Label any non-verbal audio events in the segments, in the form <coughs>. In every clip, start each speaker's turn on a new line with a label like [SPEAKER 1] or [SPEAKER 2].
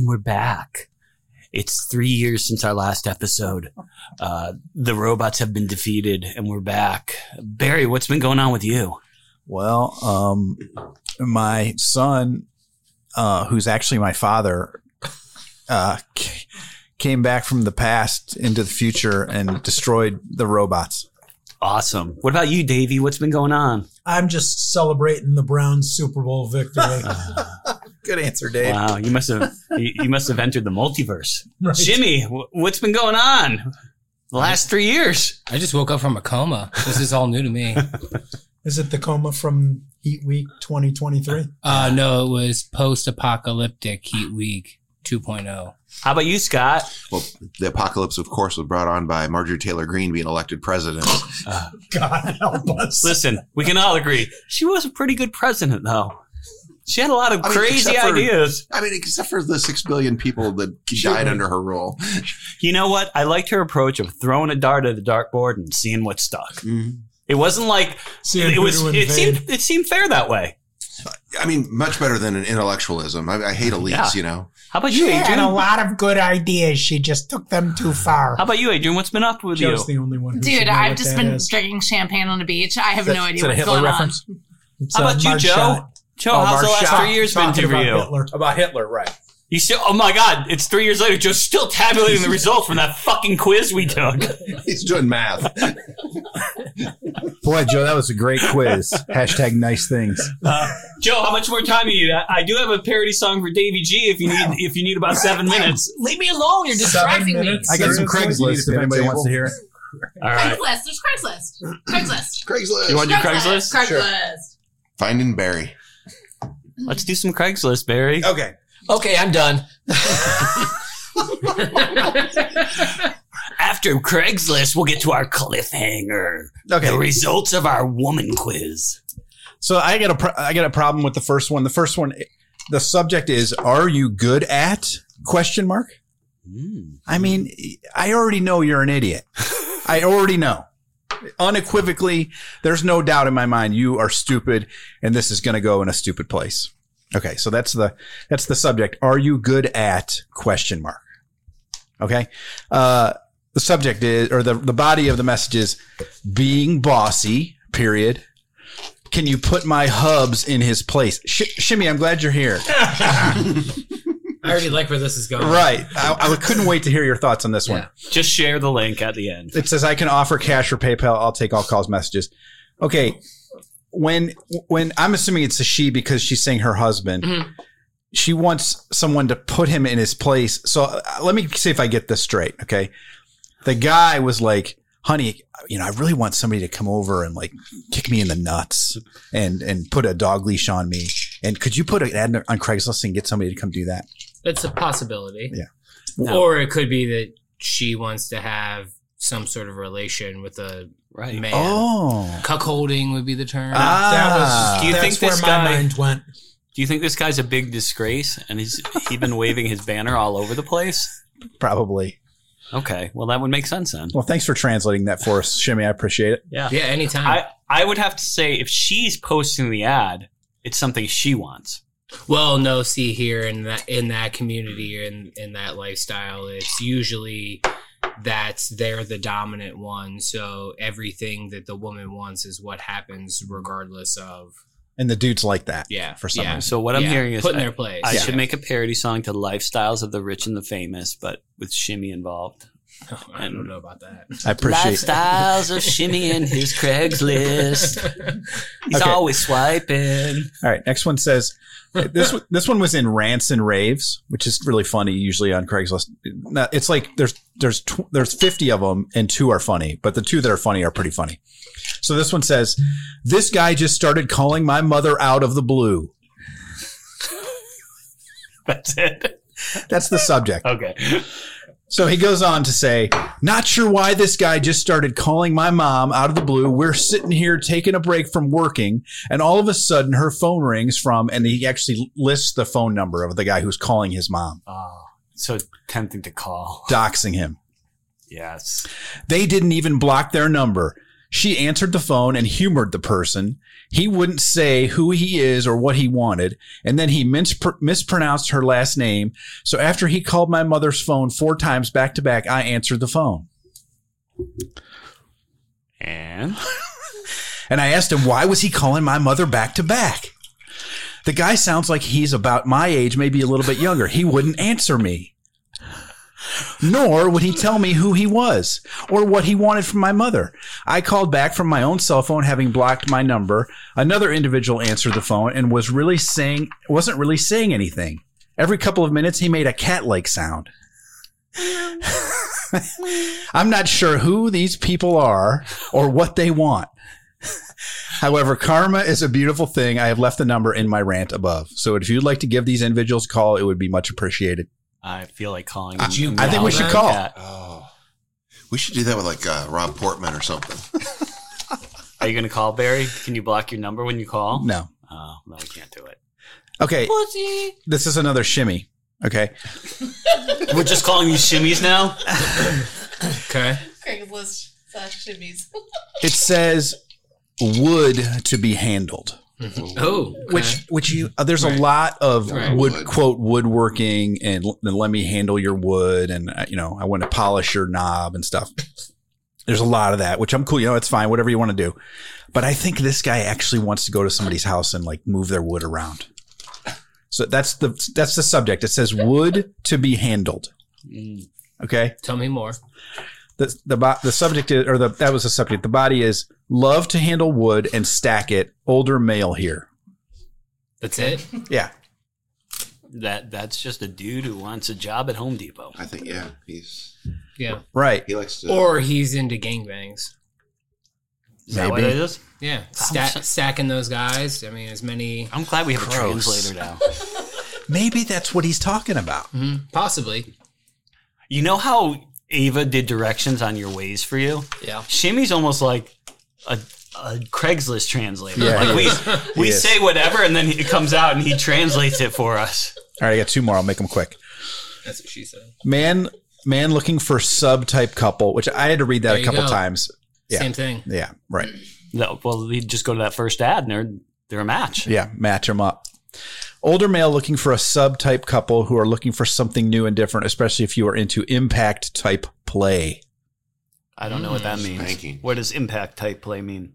[SPEAKER 1] we're back. It's three years since our last episode. Uh, the robots have been defeated, and we're back. Barry, what's been going on with you?
[SPEAKER 2] Well, um, my son, uh, who's actually my father, uh, c- came back from the past into the future and destroyed the robots.
[SPEAKER 1] Awesome. What about you, Davey? What's been going on?
[SPEAKER 3] I'm just celebrating the Browns Super Bowl <laughs> victory.
[SPEAKER 2] Good answer, Dave.
[SPEAKER 1] Wow, you must have you, you must have entered the
[SPEAKER 4] <laughs>
[SPEAKER 1] multiverse.
[SPEAKER 3] Right.
[SPEAKER 1] Jimmy, wh- what's been going on? The last three years.
[SPEAKER 5] I just woke up from a coma. This is all new to <laughs> me.
[SPEAKER 3] Is it the coma from Heat Week 2023?
[SPEAKER 1] <laughs>
[SPEAKER 5] Uh, no, it was post apocalyptic heat week oh. 2.0.
[SPEAKER 1] How about you, Scott?
[SPEAKER 4] Well, the apocalypse, of course, was brought on by Marjorie Taylor Greene being elected president.
[SPEAKER 3] God help us.
[SPEAKER 1] Listen, we can all agree she was a pretty good president, though. She had a lot of
[SPEAKER 4] I mean,
[SPEAKER 1] crazy
[SPEAKER 4] except for-
[SPEAKER 1] ideas.
[SPEAKER 4] I mean, except for the six billion people that died under her rule.
[SPEAKER 1] You know what? I liked her approach of throwing a dart at the dartboard and seeing what stuck.
[SPEAKER 3] Mm-hmm.
[SPEAKER 1] It wasn't like
[SPEAKER 3] Seeing
[SPEAKER 1] it
[SPEAKER 3] who
[SPEAKER 1] was.
[SPEAKER 3] to
[SPEAKER 1] It
[SPEAKER 3] invade.
[SPEAKER 1] seemed it seemed fair that way.
[SPEAKER 4] I mean, much better than an intellectualism. I, I hate elites,
[SPEAKER 1] Yeah.
[SPEAKER 4] you know. <laughs>
[SPEAKER 1] How about you, Adrian?
[SPEAKER 3] lot of good ideas. She just took them too far.
[SPEAKER 1] How about you, Adrian? What's been up with you?
[SPEAKER 3] Joe's the only one. Who should
[SPEAKER 6] Dude,
[SPEAKER 3] know
[SPEAKER 6] I've
[SPEAKER 3] what
[SPEAKER 6] just
[SPEAKER 3] that
[SPEAKER 6] been
[SPEAKER 3] is.
[SPEAKER 6] drinking champagne on the beach. I have no idea what's going on.
[SPEAKER 3] It's,
[SPEAKER 1] How
[SPEAKER 3] uh,
[SPEAKER 1] about you,
[SPEAKER 3] Mark
[SPEAKER 1] Joe?
[SPEAKER 3] Schott
[SPEAKER 1] Joe,
[SPEAKER 2] Oh,
[SPEAKER 1] how's the
[SPEAKER 2] Marshall.
[SPEAKER 1] last three years been
[SPEAKER 3] talking
[SPEAKER 1] to for
[SPEAKER 3] about
[SPEAKER 1] you?
[SPEAKER 3] Hitler.
[SPEAKER 2] About Hitler, right?
[SPEAKER 1] You still? Oh my God! It's three years later. Joe's still tabulating the results from that fucking quiz we
[SPEAKER 3] <laughs>
[SPEAKER 1] took.
[SPEAKER 4] He's doing math.
[SPEAKER 2] Boy, Joe, that was a great
[SPEAKER 6] <laughs>
[SPEAKER 2] quiz. Hashtag nice things.
[SPEAKER 1] Joe, how much more time do you? need? I, I do have a parody song for Davy G. If you need, if you need about seven minutes.
[SPEAKER 6] Leave me alone. You're
[SPEAKER 3] Seven
[SPEAKER 6] distracting me.
[SPEAKER 3] minutes.
[SPEAKER 2] I got some
[SPEAKER 3] Seriously?
[SPEAKER 2] Craigslist if anybody wants to hear it.
[SPEAKER 1] All right.
[SPEAKER 6] Craigslist. There's Craigslist.
[SPEAKER 4] <laughs>
[SPEAKER 6] Craigslist.
[SPEAKER 4] Craigslist.
[SPEAKER 1] You want to do Craigslist?
[SPEAKER 6] Craigslist.
[SPEAKER 2] Sure.
[SPEAKER 4] Finding Barry.
[SPEAKER 1] Let's do some Craigslist, Barry.
[SPEAKER 3] Oh.
[SPEAKER 2] Okay.
[SPEAKER 5] Okay, I'm done.
[SPEAKER 1] After Craigslist, we'll get to our cliffhanger. The
[SPEAKER 2] Okay.
[SPEAKER 1] results of our woman quiz.
[SPEAKER 2] So I got a pro- I got a problem with the first one. The first one, the subject is: Are you good at? Question mark.
[SPEAKER 5] Hmm.
[SPEAKER 2] I mean, I already know you're an idiot. I already know. Unequivocally, there's no doubt in my mind you are stupid and this is going to go in a stupid place. Okay, so that's the that's the subject. Are you good at question mark? Okay. Uh the subject is or the the body of the message is being bossy, period. Can you put my hubs in his place? Sh- Shimmy, I'm glad you're here.
[SPEAKER 5] I already like where this is going.
[SPEAKER 2] Right. I, I couldn't wait to hear your thoughts on this one.
[SPEAKER 1] Just share the link at the end.
[SPEAKER 2] it says I can offer cash or PayPal. I'll take all calls, messages. Okay. When when I'm assuming it's a she because she's saying her husband.
[SPEAKER 3] Mm-hmm.
[SPEAKER 6] Mhm.
[SPEAKER 2] She wants someone to put him in his place. So uh, let me see if I get this straight. Okay. The guy was like, honey, you know, I really want somebody to come over and like kick me in the nuts and and put a dog leash on me. And could you put an ad on Craigslist and get somebody to come do that?
[SPEAKER 5] That's a possibility.
[SPEAKER 2] Yeah.
[SPEAKER 1] No.
[SPEAKER 5] Or it could be that she wants to have some sort of relation with a
[SPEAKER 1] Right.
[SPEAKER 5] man.
[SPEAKER 2] Oh.
[SPEAKER 5] Cuckolding would be the term.
[SPEAKER 2] Ah.
[SPEAKER 3] That was,
[SPEAKER 1] Do you
[SPEAKER 3] that's
[SPEAKER 1] think
[SPEAKER 3] where
[SPEAKER 1] this
[SPEAKER 3] my
[SPEAKER 1] guy-
[SPEAKER 3] mind went. <laughs>
[SPEAKER 1] Do you think this guy's a big disgrace and he's he been waving his banner all over the place?
[SPEAKER 2] probably.
[SPEAKER 1] Okay. Well, that would make sense then.
[SPEAKER 2] Well, thanks for translating that for us, Shimmy. I appreciate it.
[SPEAKER 1] Yeah.
[SPEAKER 5] yeah, anytime.
[SPEAKER 1] I I would have to say if she's posting the ad, it's something she wants.
[SPEAKER 5] Well, no, see here in that in that community or in in that lifestyle, it's usually that's they're the dominant one. So everything that the woman wants is what happens, regardless of
[SPEAKER 2] And the dude's like that.
[SPEAKER 5] yeah
[SPEAKER 2] For some
[SPEAKER 5] yeah,
[SPEAKER 2] reason.
[SPEAKER 1] So what I'm
[SPEAKER 5] yeah,
[SPEAKER 1] hearing is
[SPEAKER 5] put in
[SPEAKER 1] I,
[SPEAKER 5] their place.
[SPEAKER 1] I
[SPEAKER 5] yeah.
[SPEAKER 1] should make a parody song to "Lifestyles of the Rich and the Famous," but with Shimmy involved.
[SPEAKER 5] I don't know about that.
[SPEAKER 2] I appreciate it.
[SPEAKER 1] Lifestyles of Shimmy and his <laughs> Craigslist. He's
[SPEAKER 2] Okay.
[SPEAKER 1] always swiping.
[SPEAKER 2] All right. Next one says this. one- This one was in rants and raves, which is really funny. Usually on Craigslist, Now, it's like there's there's tw- there's fifty of them, and two are funny, but the two that are funny are pretty funny. So this one says, "This guy just started calling my mother out of the blue."
[SPEAKER 1] That's it.
[SPEAKER 2] That's the subject.
[SPEAKER 1] Okay.
[SPEAKER 2] So he goes on to say, Not sure why this guy just started calling my mom out of the blue. We're sitting here taking a break from working, and all of a sudden her phone rings from, and he actually lists the phone number of the guy who's calling his mom,
[SPEAKER 1] Oh, so tempting to call.
[SPEAKER 2] doxing him.
[SPEAKER 1] Yes.
[SPEAKER 2] They didn't even block their number. She answered the phone and humored the person. He wouldn't say who he is or what he wanted. And then he mispr- mispronounced her last name. So after he called my mother's phone four times back to back, I answered the phone.
[SPEAKER 1] And
[SPEAKER 2] And I asked him, why was he calling my mother back to back? The guy sounds like he's about my age, maybe a little bit younger. He wouldn't answer me. Nor would he tell me who he was or what he wanted from my mother. I called back from my own cell phone having blocked my number. Another individual answered the phone and was really saying wasn't really saying anything. Every couple of minutes he made a cat-like sound. <laughs> I'm not sure who these people are or what they want. However, karma is a beautiful thing. I have left the number in my rant above. So if you'd like to give these individuals a call, it would be much appreciated.
[SPEAKER 1] I feel like calling.
[SPEAKER 4] I-
[SPEAKER 1] you
[SPEAKER 2] Ah, I think we
[SPEAKER 1] now.
[SPEAKER 2] should call.
[SPEAKER 1] Yeah.
[SPEAKER 4] Oh, we should do that with like uh, Rob Portman or something.
[SPEAKER 1] Are you going to call Barry? Can you block your number when you call?
[SPEAKER 2] No.
[SPEAKER 1] Oh, no, we can't do it.
[SPEAKER 2] Okay. This is another shimmy. Okay.
[SPEAKER 1] We're just calling you shimmies now?
[SPEAKER 5] <laughs> Okay.
[SPEAKER 6] Craigslist slash shimmies.
[SPEAKER 2] It says wood to be handled.
[SPEAKER 5] Oh, okay.
[SPEAKER 2] Which, which you, uh, there's
[SPEAKER 5] Right.
[SPEAKER 2] a lot of
[SPEAKER 5] Right.
[SPEAKER 2] wood,
[SPEAKER 4] Wood.
[SPEAKER 2] quote, woodworking and, l- and let me handle your wood. And, uh, you know, I want to polish your knob and stuff. There's a lot of that, which I'm cool. You know, it's fine. Whatever you want to do. But I think this guy actually wants to go to somebody's house and like move their wood around. So that's the, that's the subject. It says wood to be handled.
[SPEAKER 1] Mm.
[SPEAKER 2] Okay.
[SPEAKER 5] tell me more.
[SPEAKER 2] the the bo- the subject is, or the that was the subject. The body is love to handle wood and stack it. Older male here.
[SPEAKER 5] That's it.
[SPEAKER 2] Yeah,
[SPEAKER 1] That That's just a dude who wants a job at Home Depot.
[SPEAKER 4] I think yeah, he's
[SPEAKER 5] Yeah.
[SPEAKER 2] right.
[SPEAKER 4] he likes to.
[SPEAKER 5] Or he's into gangbangs.
[SPEAKER 1] Is that what
[SPEAKER 2] Maybe.
[SPEAKER 1] it is?
[SPEAKER 5] Yeah,
[SPEAKER 1] so-
[SPEAKER 5] Stack, stacking those guys. I mean, as many
[SPEAKER 1] I'm glad we have a
[SPEAKER 2] Gross.
[SPEAKER 1] translator now.
[SPEAKER 2] Maybe that's what he's talking about.
[SPEAKER 5] Mhm, possibly.
[SPEAKER 1] You know how Ava did directions on your ways for you?
[SPEAKER 5] Yeah.
[SPEAKER 1] Shimmy's almost like a, a Craigslist translator.
[SPEAKER 2] Yeah,
[SPEAKER 1] like
[SPEAKER 2] he
[SPEAKER 1] we we
[SPEAKER 2] He is.
[SPEAKER 1] say whatever, and then it comes out and he translates it for us.
[SPEAKER 2] All right, I got two more. I'll make them quick.
[SPEAKER 5] That's what she said.
[SPEAKER 2] Man, man, looking for subtype couple, which I had to read that
[SPEAKER 5] There
[SPEAKER 2] a
[SPEAKER 5] you
[SPEAKER 2] couple
[SPEAKER 5] go.
[SPEAKER 2] times. Yeah.
[SPEAKER 5] Same thing.
[SPEAKER 2] Yeah, right.
[SPEAKER 1] No, well, you just go to that first ad and they're they're a match.
[SPEAKER 2] Yeah, match them up. Older male looking for a subtype couple who are looking for something new and different, especially if you are into impact type play.
[SPEAKER 1] I don't know what that means.
[SPEAKER 4] Spanking.
[SPEAKER 1] What does impact type play mean?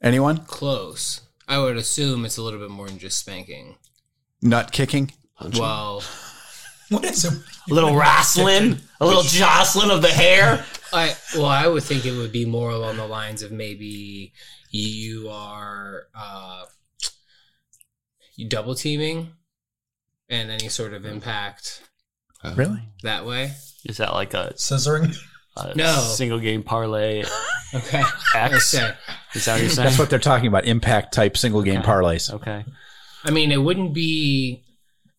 [SPEAKER 2] Anyone?
[SPEAKER 5] Close. I would assume it's a little bit more than just spanking.
[SPEAKER 2] Nut kicking?
[SPEAKER 5] Well,
[SPEAKER 3] What is it?
[SPEAKER 1] A little wrestling, a little jostling of the hair.
[SPEAKER 5] I well, I would think it would be more along the lines of maybe you are uh, you double teaming and any sort of impact
[SPEAKER 4] Uh,
[SPEAKER 2] Really?
[SPEAKER 5] that way.
[SPEAKER 1] Is that like a,
[SPEAKER 3] Scissoring.
[SPEAKER 1] a
[SPEAKER 5] No.
[SPEAKER 1] single game parlay
[SPEAKER 5] <laughs> Okay.
[SPEAKER 1] X?
[SPEAKER 5] Okay.
[SPEAKER 1] Is that <laughs> what you're saying?
[SPEAKER 2] That's what they're talking about. Impact type single game
[SPEAKER 1] Okay.
[SPEAKER 2] parlays.
[SPEAKER 1] okay.
[SPEAKER 5] I mean, it wouldn't be.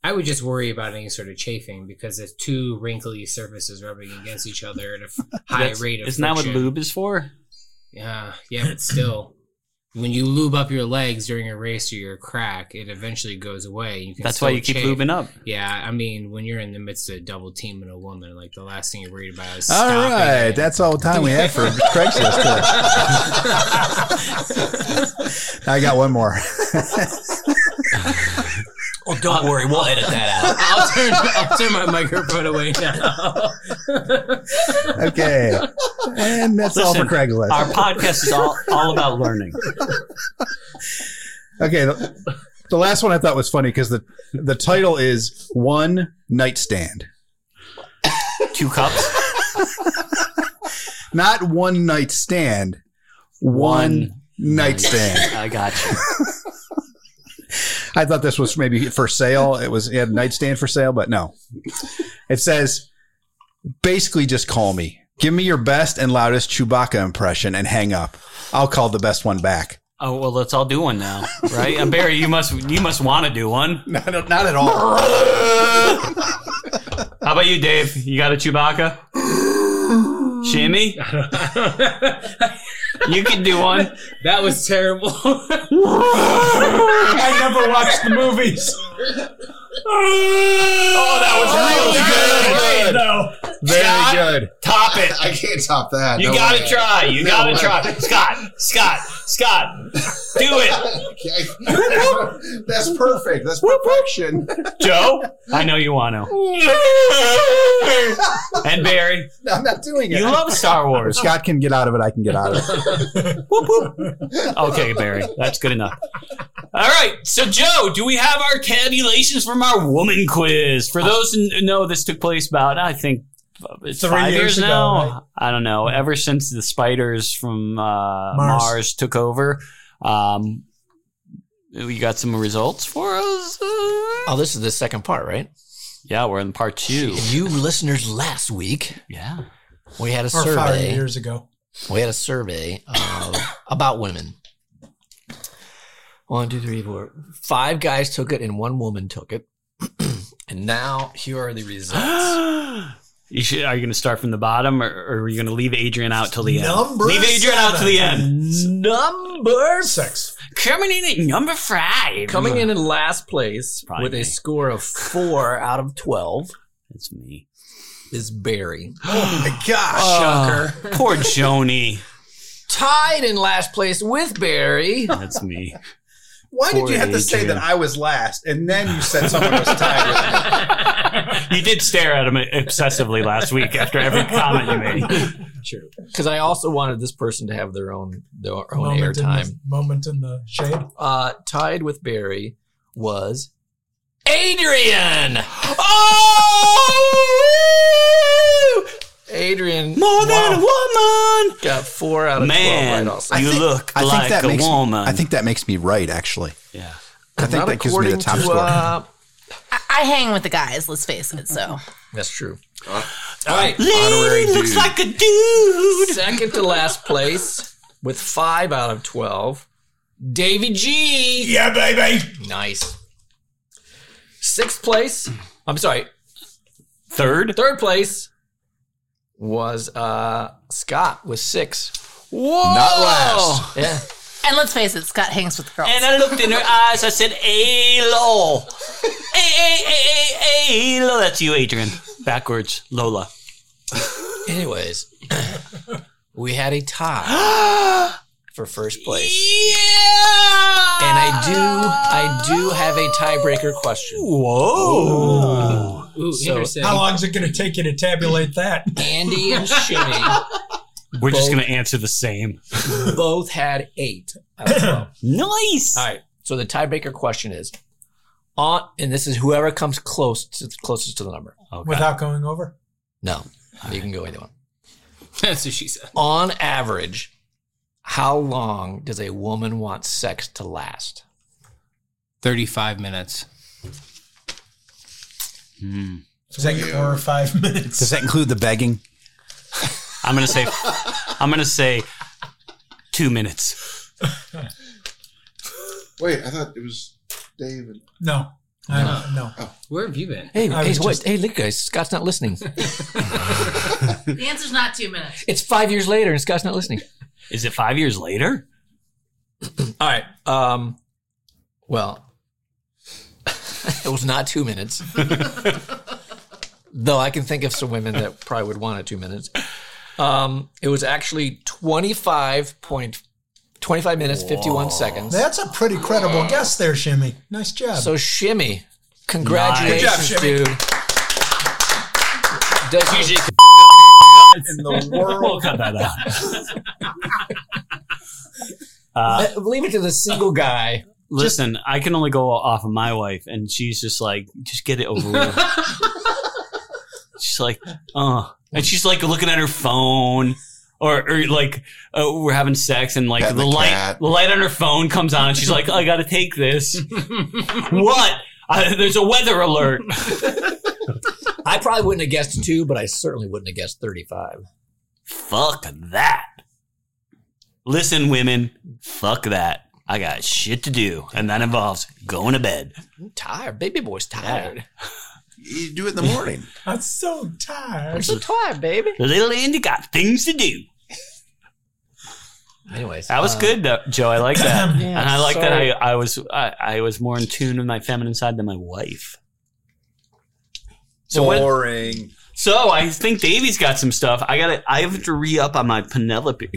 [SPEAKER 5] I would just worry about any sort of chafing because it's two wrinkly surfaces rubbing against each other at
[SPEAKER 1] <laughs>
[SPEAKER 5] a f- high
[SPEAKER 1] That's-
[SPEAKER 5] rate of.
[SPEAKER 1] Isn't that what
[SPEAKER 5] friction.
[SPEAKER 1] lube is for?
[SPEAKER 5] Yeah, yeah, but still, when you lube up your legs during a race or your crack, it eventually goes away. You can
[SPEAKER 1] That's why
[SPEAKER 5] still
[SPEAKER 1] you keep
[SPEAKER 5] chafe.
[SPEAKER 1] lubing up.
[SPEAKER 5] Yeah, I mean, when you're in the midst of double teaming a woman, like the last thing you're worried about is.
[SPEAKER 2] All
[SPEAKER 5] stopping
[SPEAKER 2] right,
[SPEAKER 5] it.
[SPEAKER 2] that's all the time we have
[SPEAKER 5] <laughs>
[SPEAKER 2] for Craigslist. Today.
[SPEAKER 5] <laughs>
[SPEAKER 2] I got one more.
[SPEAKER 1] Oh, don't worry, we'll edit that out.
[SPEAKER 5] <laughs> I'll turn, I'll turn my microphone away now. <laughs>
[SPEAKER 2] Okay, and that's all for
[SPEAKER 1] Listen,
[SPEAKER 2] Craigslist.
[SPEAKER 1] <laughs> Our podcast is all, all about learning.
[SPEAKER 2] okay, the, the last one I thought was funny because the the title is One Nightstand,
[SPEAKER 1] Two cups,
[SPEAKER 2] not One Night Stand, One
[SPEAKER 1] one.
[SPEAKER 2] Nightstand.
[SPEAKER 1] I got you.
[SPEAKER 2] I thought this was maybe for sale. It was it had nightstand for sale, but no. It says basically just call me. Give me your best and loudest Chewbacca impression and hang up. I'll call the best one back.
[SPEAKER 1] Oh well, let's all do one now, right? And Barry, you must you must want to do one.
[SPEAKER 2] Not, not <laughs> at all.
[SPEAKER 1] How about you, Dave? You got a <gasps> Chewbacca? <laughs> Shimmy? You can do one.
[SPEAKER 5] that was terrible. <laughs>
[SPEAKER 1] I never watched the movies.
[SPEAKER 2] that was
[SPEAKER 1] really
[SPEAKER 2] really
[SPEAKER 1] good.
[SPEAKER 2] good.
[SPEAKER 3] No.
[SPEAKER 2] Very
[SPEAKER 1] Scott?
[SPEAKER 2] good.
[SPEAKER 1] Top it.
[SPEAKER 4] I can't top that.
[SPEAKER 1] You
[SPEAKER 4] No
[SPEAKER 1] gotta
[SPEAKER 4] way.
[SPEAKER 1] try. You
[SPEAKER 4] No
[SPEAKER 1] gotta
[SPEAKER 4] way.
[SPEAKER 1] try. Scott, Scott, Scott, do it.
[SPEAKER 4] <laughs> Okay. <laughs> That's perfect. That's perfection.
[SPEAKER 1] Joe, I know you want <laughs> to. and Barry,
[SPEAKER 4] No, I'm not doing it.
[SPEAKER 1] you love Star Wars.
[SPEAKER 2] Scott can get out of it. I can get out of it.
[SPEAKER 1] Whoop, whoop. <laughs> Okay, Barry, that's good enough. All right, so Joe, do we have our tabulations from our woman quiz? For those who know, this took place about I think uh, it's
[SPEAKER 3] Three
[SPEAKER 1] five years,
[SPEAKER 3] years ago,
[SPEAKER 1] now.
[SPEAKER 3] right?
[SPEAKER 1] I don't know. Ever since the spiders from uh, Mars.
[SPEAKER 3] Mars.
[SPEAKER 1] took over, um, we got some results for us. Uh,
[SPEAKER 7] Oh, this is the second part, right?
[SPEAKER 1] yeah, we're in part two.
[SPEAKER 7] You listeners, last week
[SPEAKER 1] Yeah.
[SPEAKER 7] we had a
[SPEAKER 3] Or five
[SPEAKER 7] survey.
[SPEAKER 3] years ago.
[SPEAKER 7] We had a survey of, <coughs> about women. One, two, three, four. Five guys took it and one woman took it. <clears throat> and now here are the results.
[SPEAKER 1] <gasps> You should, are you going to start from the bottom, or, or are you going to leave Adrian out till the end?
[SPEAKER 3] Number
[SPEAKER 1] leave Adrian out till the end.
[SPEAKER 7] Number
[SPEAKER 3] Six.
[SPEAKER 1] Coming in at number five.
[SPEAKER 7] Coming in in last place
[SPEAKER 1] Probably
[SPEAKER 7] with
[SPEAKER 1] me.
[SPEAKER 7] a score of four out of 12
[SPEAKER 1] It's me.
[SPEAKER 7] is Barry.
[SPEAKER 2] My gosh.
[SPEAKER 1] Oh, <laughs> poor Joni.
[SPEAKER 7] Tied in last place with Barry.
[SPEAKER 1] That's me.
[SPEAKER 2] <laughs> Why did you have to say
[SPEAKER 1] Adrian.
[SPEAKER 2] that I was last and then you said someone was tied with me?
[SPEAKER 1] You did stare at him obsessively last week after every comment you made.
[SPEAKER 7] True. Because I also wanted this person to have their own their own
[SPEAKER 3] Moment in,
[SPEAKER 7] airtime.
[SPEAKER 3] the, moment in the shade.
[SPEAKER 7] uh, tied with Barry was Adrian.
[SPEAKER 1] Oh,
[SPEAKER 7] Adrian
[SPEAKER 1] more than
[SPEAKER 7] got four
[SPEAKER 1] a
[SPEAKER 7] out
[SPEAKER 1] woman.
[SPEAKER 7] of
[SPEAKER 1] Man,
[SPEAKER 7] twelve right off.
[SPEAKER 2] I
[SPEAKER 1] you
[SPEAKER 2] think-
[SPEAKER 1] look
[SPEAKER 2] I think
[SPEAKER 1] like
[SPEAKER 2] that
[SPEAKER 1] a
[SPEAKER 2] makes-
[SPEAKER 1] woman.
[SPEAKER 2] I think that makes me right, actually.
[SPEAKER 1] Yeah.
[SPEAKER 2] I think
[SPEAKER 7] Not
[SPEAKER 2] that gives me the
[SPEAKER 7] according
[SPEAKER 2] top
[SPEAKER 7] to,
[SPEAKER 2] score.
[SPEAKER 7] uh,
[SPEAKER 6] I, I hang with the guys. Let's face it. So
[SPEAKER 7] that's true. All right,
[SPEAKER 4] Honorary
[SPEAKER 1] Lady looks
[SPEAKER 4] dude.
[SPEAKER 1] like a dude.
[SPEAKER 7] second to last place with five out of twelve. Davy G.
[SPEAKER 2] yeah, baby.
[SPEAKER 7] Nice. Sixth place. I'm sorry.
[SPEAKER 1] Third.
[SPEAKER 7] Third place was uh, Scott with six.
[SPEAKER 1] Whoa.
[SPEAKER 2] Not last.
[SPEAKER 7] Yeah.
[SPEAKER 6] and let's face it, Scott hangs with the girls.
[SPEAKER 1] And I looked in her eyes. I said, "Hey, Lol. Hey, hey, hey, hey, hey, Lol." That's you, Adrian. Backwards, Lola.
[SPEAKER 7] <laughs> Anyways, <coughs> we had a tie
[SPEAKER 1] yeah.
[SPEAKER 7] for first place. And
[SPEAKER 1] And
[SPEAKER 7] I do, I do have a tiebreaker question.
[SPEAKER 1] Whoa.
[SPEAKER 5] Ooh,
[SPEAKER 7] So-
[SPEAKER 5] interesting.
[SPEAKER 3] How long is it going to take you to tabulate that?
[SPEAKER 7] Andy and Shimmy
[SPEAKER 1] We're just
[SPEAKER 7] Both.
[SPEAKER 1] gonna answer the same.
[SPEAKER 7] <laughs> both had eight. out of 12.
[SPEAKER 1] Nice.
[SPEAKER 7] All right. So the tiebreaker question is, on, and this is whoever comes close to closest to the number.
[SPEAKER 1] Okay.
[SPEAKER 3] Without going over?
[SPEAKER 7] No, you can go either one.
[SPEAKER 5] That's what she said.
[SPEAKER 7] On average, how long does a woman want sex to last?
[SPEAKER 5] 35 minutes.
[SPEAKER 1] Hmm.
[SPEAKER 3] Three or five <laughs> minutes.
[SPEAKER 2] Does that include the begging?
[SPEAKER 1] I'm gonna
[SPEAKER 2] <laughs>
[SPEAKER 1] say. I'm gonna say. Two minutes.
[SPEAKER 4] Wait, I thought it was David.
[SPEAKER 3] No. I, no.
[SPEAKER 5] Where have you been?
[SPEAKER 7] Hey,
[SPEAKER 3] I
[SPEAKER 7] hey,
[SPEAKER 3] was
[SPEAKER 7] wait,
[SPEAKER 3] just-
[SPEAKER 7] hey, look, guys, Scott's not listening. <laughs>
[SPEAKER 6] the answer's not two minutes.
[SPEAKER 7] it's five years later, and Scott's not listening.
[SPEAKER 1] Is it five years later?
[SPEAKER 7] All right. Um, well, <laughs> it was not two minutes. <laughs> Though I can think of some women that probably would want it two minutes. Um, it was actually 25 point, 25 minutes, 51 seconds.
[SPEAKER 3] That's a pretty credible guess there, Shimmy. Nice job.
[SPEAKER 7] So shimmy. Congratulations,
[SPEAKER 2] Nice. Good job, Shimmy.
[SPEAKER 7] dude. Does-
[SPEAKER 2] In the world.
[SPEAKER 1] We'll cut that out.
[SPEAKER 2] <laughs>
[SPEAKER 7] uh, leave it to the single guy.
[SPEAKER 1] Listen, I can only go off of my wife, and she's just like, just get it over with. she's like, uh, and she's like looking at her phone. Or, or like uh, we're having sex and like
[SPEAKER 4] Pet
[SPEAKER 1] the
[SPEAKER 4] the
[SPEAKER 1] light
[SPEAKER 4] cat.
[SPEAKER 1] the light on her phone comes on and she's like I gotta take this what I, there's a weather alert
[SPEAKER 7] I probably wouldn't have guessed two, but I certainly wouldn't have guessed 35.
[SPEAKER 1] fuck that listen women fuck that I got shit to do and that involves going to bed
[SPEAKER 7] I'm tired. Baby boy's tired. <laughs>
[SPEAKER 4] You do it in the morning.
[SPEAKER 3] I'm so tired.
[SPEAKER 7] so tired, baby.
[SPEAKER 1] Little Andy got things to do.
[SPEAKER 7] Anyways,
[SPEAKER 1] That was
[SPEAKER 7] uh,
[SPEAKER 1] good, though, Joe. I like <clears throat> that,
[SPEAKER 7] Yeah,
[SPEAKER 1] and I like that. I,
[SPEAKER 7] sorry.
[SPEAKER 1] I was I, I was more in tune with my feminine side than my wife. So what,
[SPEAKER 2] Boring.
[SPEAKER 1] So I think Davey's got some stuff. I got to I have to re up on my Penelope.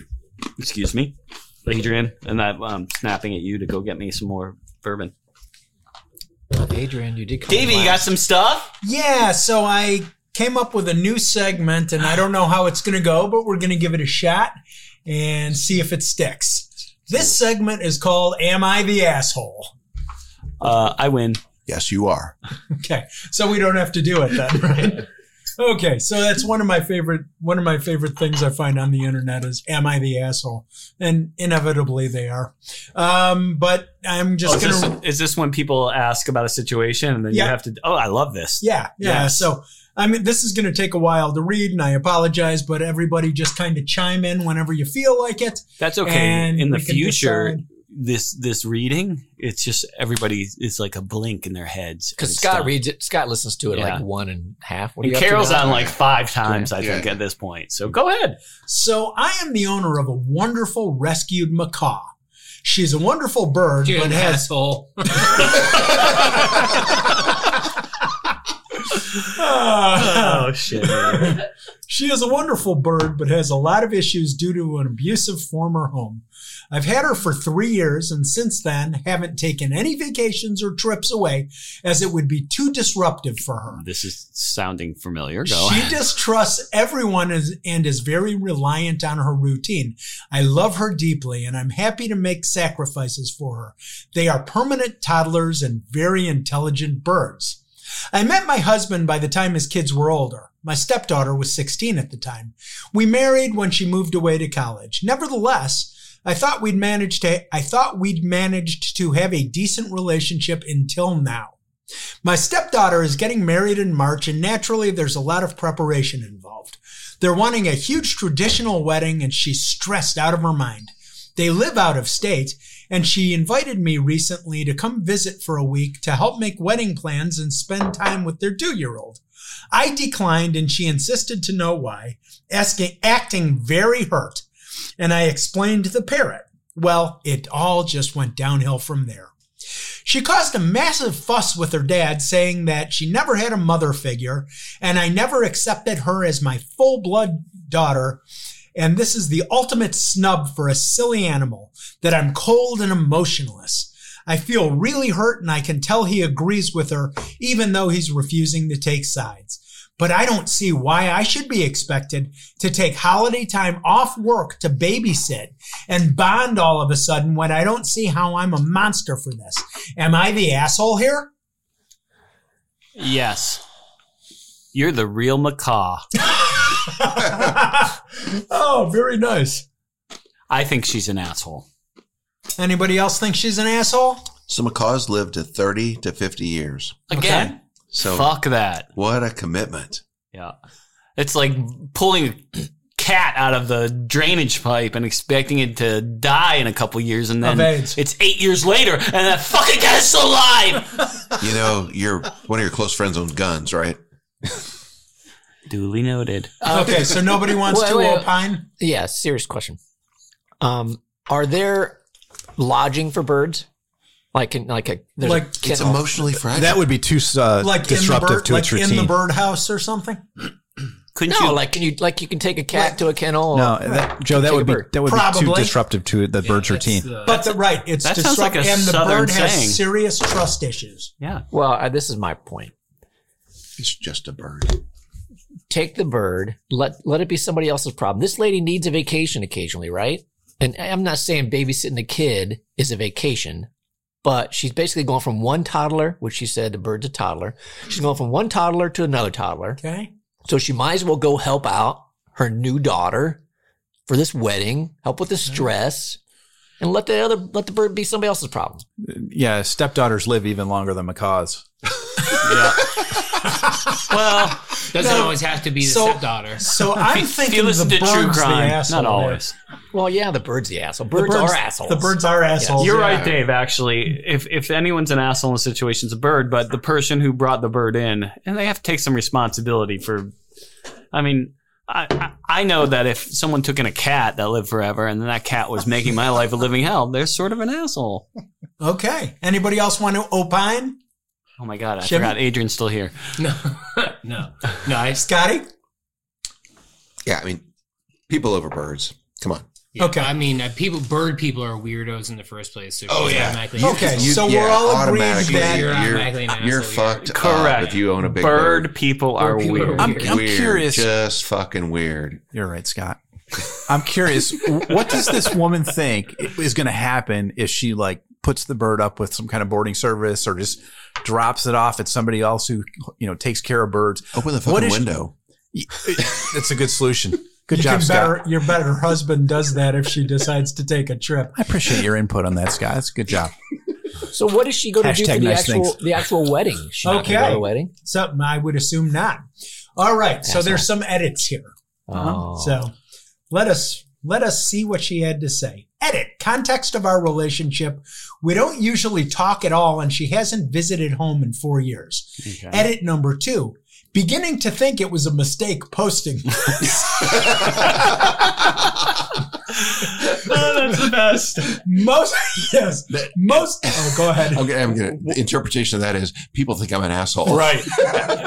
[SPEAKER 1] Excuse me, Adrian, and I'm um, snapping at you to go get me some more bourbon.
[SPEAKER 7] Adrian, you did. Come
[SPEAKER 1] Davey, you got some stuff?
[SPEAKER 3] Yeah, so I came up with a new segment, and I don't know how it's going to go, but we're going to give it a shot and see if it sticks. This segment is called Am I the Asshole?
[SPEAKER 1] Uh, I win.
[SPEAKER 4] Yes, you are.
[SPEAKER 3] Okay, so we don't have to do
[SPEAKER 1] <laughs>
[SPEAKER 3] it then, right? Okay, so that's one of my favorite one of my favorite things I find on the internet is "Am I the asshole?" and inevitably they are. Um, but I'm just
[SPEAKER 1] Oh, is,
[SPEAKER 3] gonna
[SPEAKER 1] this, is this when people ask about a situation and then
[SPEAKER 3] Yeah.
[SPEAKER 1] you have to? Oh, I love this.
[SPEAKER 3] Yeah, yeah.
[SPEAKER 1] Yes.
[SPEAKER 3] So I mean, this is going to take a while to read, and I apologize, but everybody just kind of chime in whenever you feel like it.
[SPEAKER 1] That's okay.
[SPEAKER 3] And
[SPEAKER 1] In the
[SPEAKER 3] we can
[SPEAKER 1] future,
[SPEAKER 3] decide.
[SPEAKER 1] this this reading, it's just everybody is like a blink in their heads.
[SPEAKER 7] Because
[SPEAKER 1] And it's
[SPEAKER 7] Scott
[SPEAKER 1] done.
[SPEAKER 7] reads it. Scott listens to it
[SPEAKER 1] Yeah.
[SPEAKER 7] like one and a half. What are
[SPEAKER 1] And
[SPEAKER 7] you up to
[SPEAKER 1] Carol's
[SPEAKER 7] now?
[SPEAKER 1] on like five times, I
[SPEAKER 4] Yeah.
[SPEAKER 1] think, at this point. So go ahead.
[SPEAKER 3] So I am the owner of a wonderful rescued macaw. She's a wonderful bird,
[SPEAKER 5] You're
[SPEAKER 3] but
[SPEAKER 5] an
[SPEAKER 3] has
[SPEAKER 5] asshole. <laughs>
[SPEAKER 1] Oh shit! man.
[SPEAKER 3] <laughs> She is a wonderful bird, but has a lot of issues due to an abusive former home. I've had her for three years, and since then, haven't taken any vacations or trips away, as it would be too disruptive for her.
[SPEAKER 1] <laughs> this is sounding familiar. Go.
[SPEAKER 3] She distrusts everyone is, and is very reliant on her routine. I love her deeply and I'm happy to make sacrifices for her. They are permanent toddlers and very intelligent birds. I met my husband by the time his kids were older. My stepdaughter was 16 at the time. We married when she moved away to college. Nevertheless, I thought we'd managed to, I thought we'd managed to have a decent relationship until now. My stepdaughter is getting married in March, and naturally, there's a lot of preparation involved. They're wanting a huge traditional wedding, and she's stressed out of her mind. They live out of state, and she invited me recently to come visit for a week to help make wedding plans and spend time with their two year old. I declined, and she insisted to know why, asking, acting very hurt. And I explained the parrot. Well, it all just went downhill from there. She caused a massive fuss with her dad, saying that she never had a mother figure, and I never accepted her as my full blood daughter. And this is the ultimate snub for a silly animal that I'm cold and emotionless. I feel really hurt, and I can tell he agrees with her, even though he's refusing to take sides. But I don't see why I should be expected to take holiday time off work to babysit and bond all of a sudden when I don't see how I'm a monster for this. Am I the asshole
[SPEAKER 2] <laughs>
[SPEAKER 3] here?
[SPEAKER 1] yes. You're the real macaw.
[SPEAKER 3] oh, very nice.
[SPEAKER 1] I think she's an asshole.
[SPEAKER 3] Anybody else think she's an asshole?
[SPEAKER 4] So macaws live to 30 to 50 years.
[SPEAKER 1] Again,
[SPEAKER 4] So
[SPEAKER 1] fuck that.
[SPEAKER 4] what a commitment.
[SPEAKER 1] Yeah. It's like pulling a cat out of the drainage pipe and expecting it to die in a couple years and then
[SPEAKER 3] Of AIDS.
[SPEAKER 1] it's eight years later and that fucking cat is still alive.
[SPEAKER 4] You know, your one of your close friends owns guns, right?
[SPEAKER 1] Duly noted.
[SPEAKER 3] okay,
[SPEAKER 1] <laughs>
[SPEAKER 3] so nobody wants
[SPEAKER 7] Wait,
[SPEAKER 3] to
[SPEAKER 7] wait.
[SPEAKER 3] opine.
[SPEAKER 7] Yeah, serious question. Um, are there lodging for birds? Like in like a there's
[SPEAKER 3] Like-
[SPEAKER 7] a
[SPEAKER 4] It's
[SPEAKER 7] kennel.
[SPEAKER 4] emotionally fragile.
[SPEAKER 2] That would be too uh,
[SPEAKER 3] Like
[SPEAKER 2] disruptive
[SPEAKER 3] in the bird,
[SPEAKER 2] to
[SPEAKER 3] like
[SPEAKER 2] its
[SPEAKER 3] in the
[SPEAKER 2] routine.
[SPEAKER 3] birdhouse or something.
[SPEAKER 1] Couldn't
[SPEAKER 7] no,
[SPEAKER 1] you?
[SPEAKER 7] like can you like you can take a cat to a kennel?
[SPEAKER 2] no, that, Joe, that
[SPEAKER 7] Take a
[SPEAKER 2] would be
[SPEAKER 7] bird.
[SPEAKER 2] that would be too
[SPEAKER 3] Probably.
[SPEAKER 2] disruptive to the bird's routine.
[SPEAKER 3] But the, right, it's
[SPEAKER 1] that sounds like
[SPEAKER 3] disruptive,
[SPEAKER 1] a
[SPEAKER 3] and the
[SPEAKER 1] Southern
[SPEAKER 3] bird
[SPEAKER 1] saying.
[SPEAKER 3] has serious trust issues.
[SPEAKER 1] yeah.
[SPEAKER 7] Well, I, this is my point.
[SPEAKER 4] it's just a bird.
[SPEAKER 7] Take the bird. Let let it be somebody else's problem. This lady needs a vacation occasionally, right? And I'm not saying babysitting a kid is a vacation, but she's basically going from one toddler, which she said the bird's a toddler. She's going from one toddler to another toddler.
[SPEAKER 3] Okay,
[SPEAKER 7] So she might as well go help out her new daughter for this wedding, help with the stress, and let the other let the bird be somebody else's problem.
[SPEAKER 2] Yeah, stepdaughters live even longer than macaws.
[SPEAKER 1] Well,
[SPEAKER 5] Doesn't always have to be the
[SPEAKER 3] So-
[SPEAKER 5] stepdaughter.
[SPEAKER 3] so I'm
[SPEAKER 1] <laughs> if
[SPEAKER 3] thinking
[SPEAKER 1] you listen
[SPEAKER 3] the
[SPEAKER 1] to true
[SPEAKER 3] bird's the
[SPEAKER 1] crime,
[SPEAKER 3] asshole.
[SPEAKER 1] not always.
[SPEAKER 7] Well, yeah, the bird's the asshole.
[SPEAKER 3] there. The
[SPEAKER 7] Birds, are assholes.
[SPEAKER 3] The birds are assholes.
[SPEAKER 1] You're
[SPEAKER 3] yeah.
[SPEAKER 1] right, Dave. Actually, if if anyone's an asshole in a situation, it's a bird. But the person who brought the bird in, and they have to take some responsibility for. I mean, I I I know that if someone took in a cat that lived forever, and then that cat was making my life a living hell, they're sort of an asshole.
[SPEAKER 3] Okay. Anybody else want to opine?
[SPEAKER 1] Oh my god, I
[SPEAKER 3] Shimmy?
[SPEAKER 1] forgot Adrian's still here.
[SPEAKER 5] No, no, no. I,
[SPEAKER 3] Scotty?
[SPEAKER 4] Yeah, I mean, people over birds. Come on.
[SPEAKER 5] yeah,
[SPEAKER 3] Okay.
[SPEAKER 5] I mean, uh, people, bird people are weirdos in the first place. So
[SPEAKER 4] Oh,
[SPEAKER 5] she's
[SPEAKER 4] yeah.
[SPEAKER 5] automatically-
[SPEAKER 3] Okay,
[SPEAKER 4] You-
[SPEAKER 3] so
[SPEAKER 4] yeah,
[SPEAKER 3] we're all agreed
[SPEAKER 4] automatically
[SPEAKER 3] that
[SPEAKER 5] You're
[SPEAKER 4] you're,
[SPEAKER 5] automatically an
[SPEAKER 4] you're
[SPEAKER 5] asshole, you're-
[SPEAKER 4] fucked
[SPEAKER 1] Correct.
[SPEAKER 4] up if you own a big
[SPEAKER 1] bird,
[SPEAKER 4] bird.
[SPEAKER 1] people are
[SPEAKER 5] Bird people are
[SPEAKER 1] weird.
[SPEAKER 5] weird.
[SPEAKER 1] I'm-
[SPEAKER 2] I'm
[SPEAKER 4] Weird.
[SPEAKER 2] curious.
[SPEAKER 4] Just fucking weird.
[SPEAKER 2] You're right, Scott. I'm curious, what does this woman think is going to happen if she like puts the bird up with some kind of boarding service or just drops it off at somebody else who you know takes care of birds?
[SPEAKER 4] Open the
[SPEAKER 2] What
[SPEAKER 4] fucking
[SPEAKER 2] is-
[SPEAKER 4] window.
[SPEAKER 2] That's a good solution. Good
[SPEAKER 3] you
[SPEAKER 2] job,
[SPEAKER 3] can
[SPEAKER 2] Scott.
[SPEAKER 3] better, your better husband does that if she decides to take a trip.
[SPEAKER 2] I appreciate your input on that, Scott. That's a good job.
[SPEAKER 7] So what is she going to do
[SPEAKER 2] Hashtag
[SPEAKER 7] for the
[SPEAKER 2] nice
[SPEAKER 7] actual
[SPEAKER 2] things.
[SPEAKER 7] the actual wedding? She's not gonna go
[SPEAKER 3] Okay.
[SPEAKER 7] to the wedding.
[SPEAKER 3] Something I would assume not. All right, so
[SPEAKER 7] Asshole.
[SPEAKER 3] there's some edits here.
[SPEAKER 7] Oh.
[SPEAKER 3] Uh-huh. So let us let us see what she had to say. Edit context of our relationship. We don't usually talk at all, and she hasn't visited home in four years. Edit number two. Beginning to think it was a mistake posting. <laughs>
[SPEAKER 1] that's the best.
[SPEAKER 3] most <laughs> yes, most. Oh, go ahead.
[SPEAKER 4] Okay, I'm gonna, the interpretation of that is people think I'm an asshole.
[SPEAKER 1] Right, <laughs>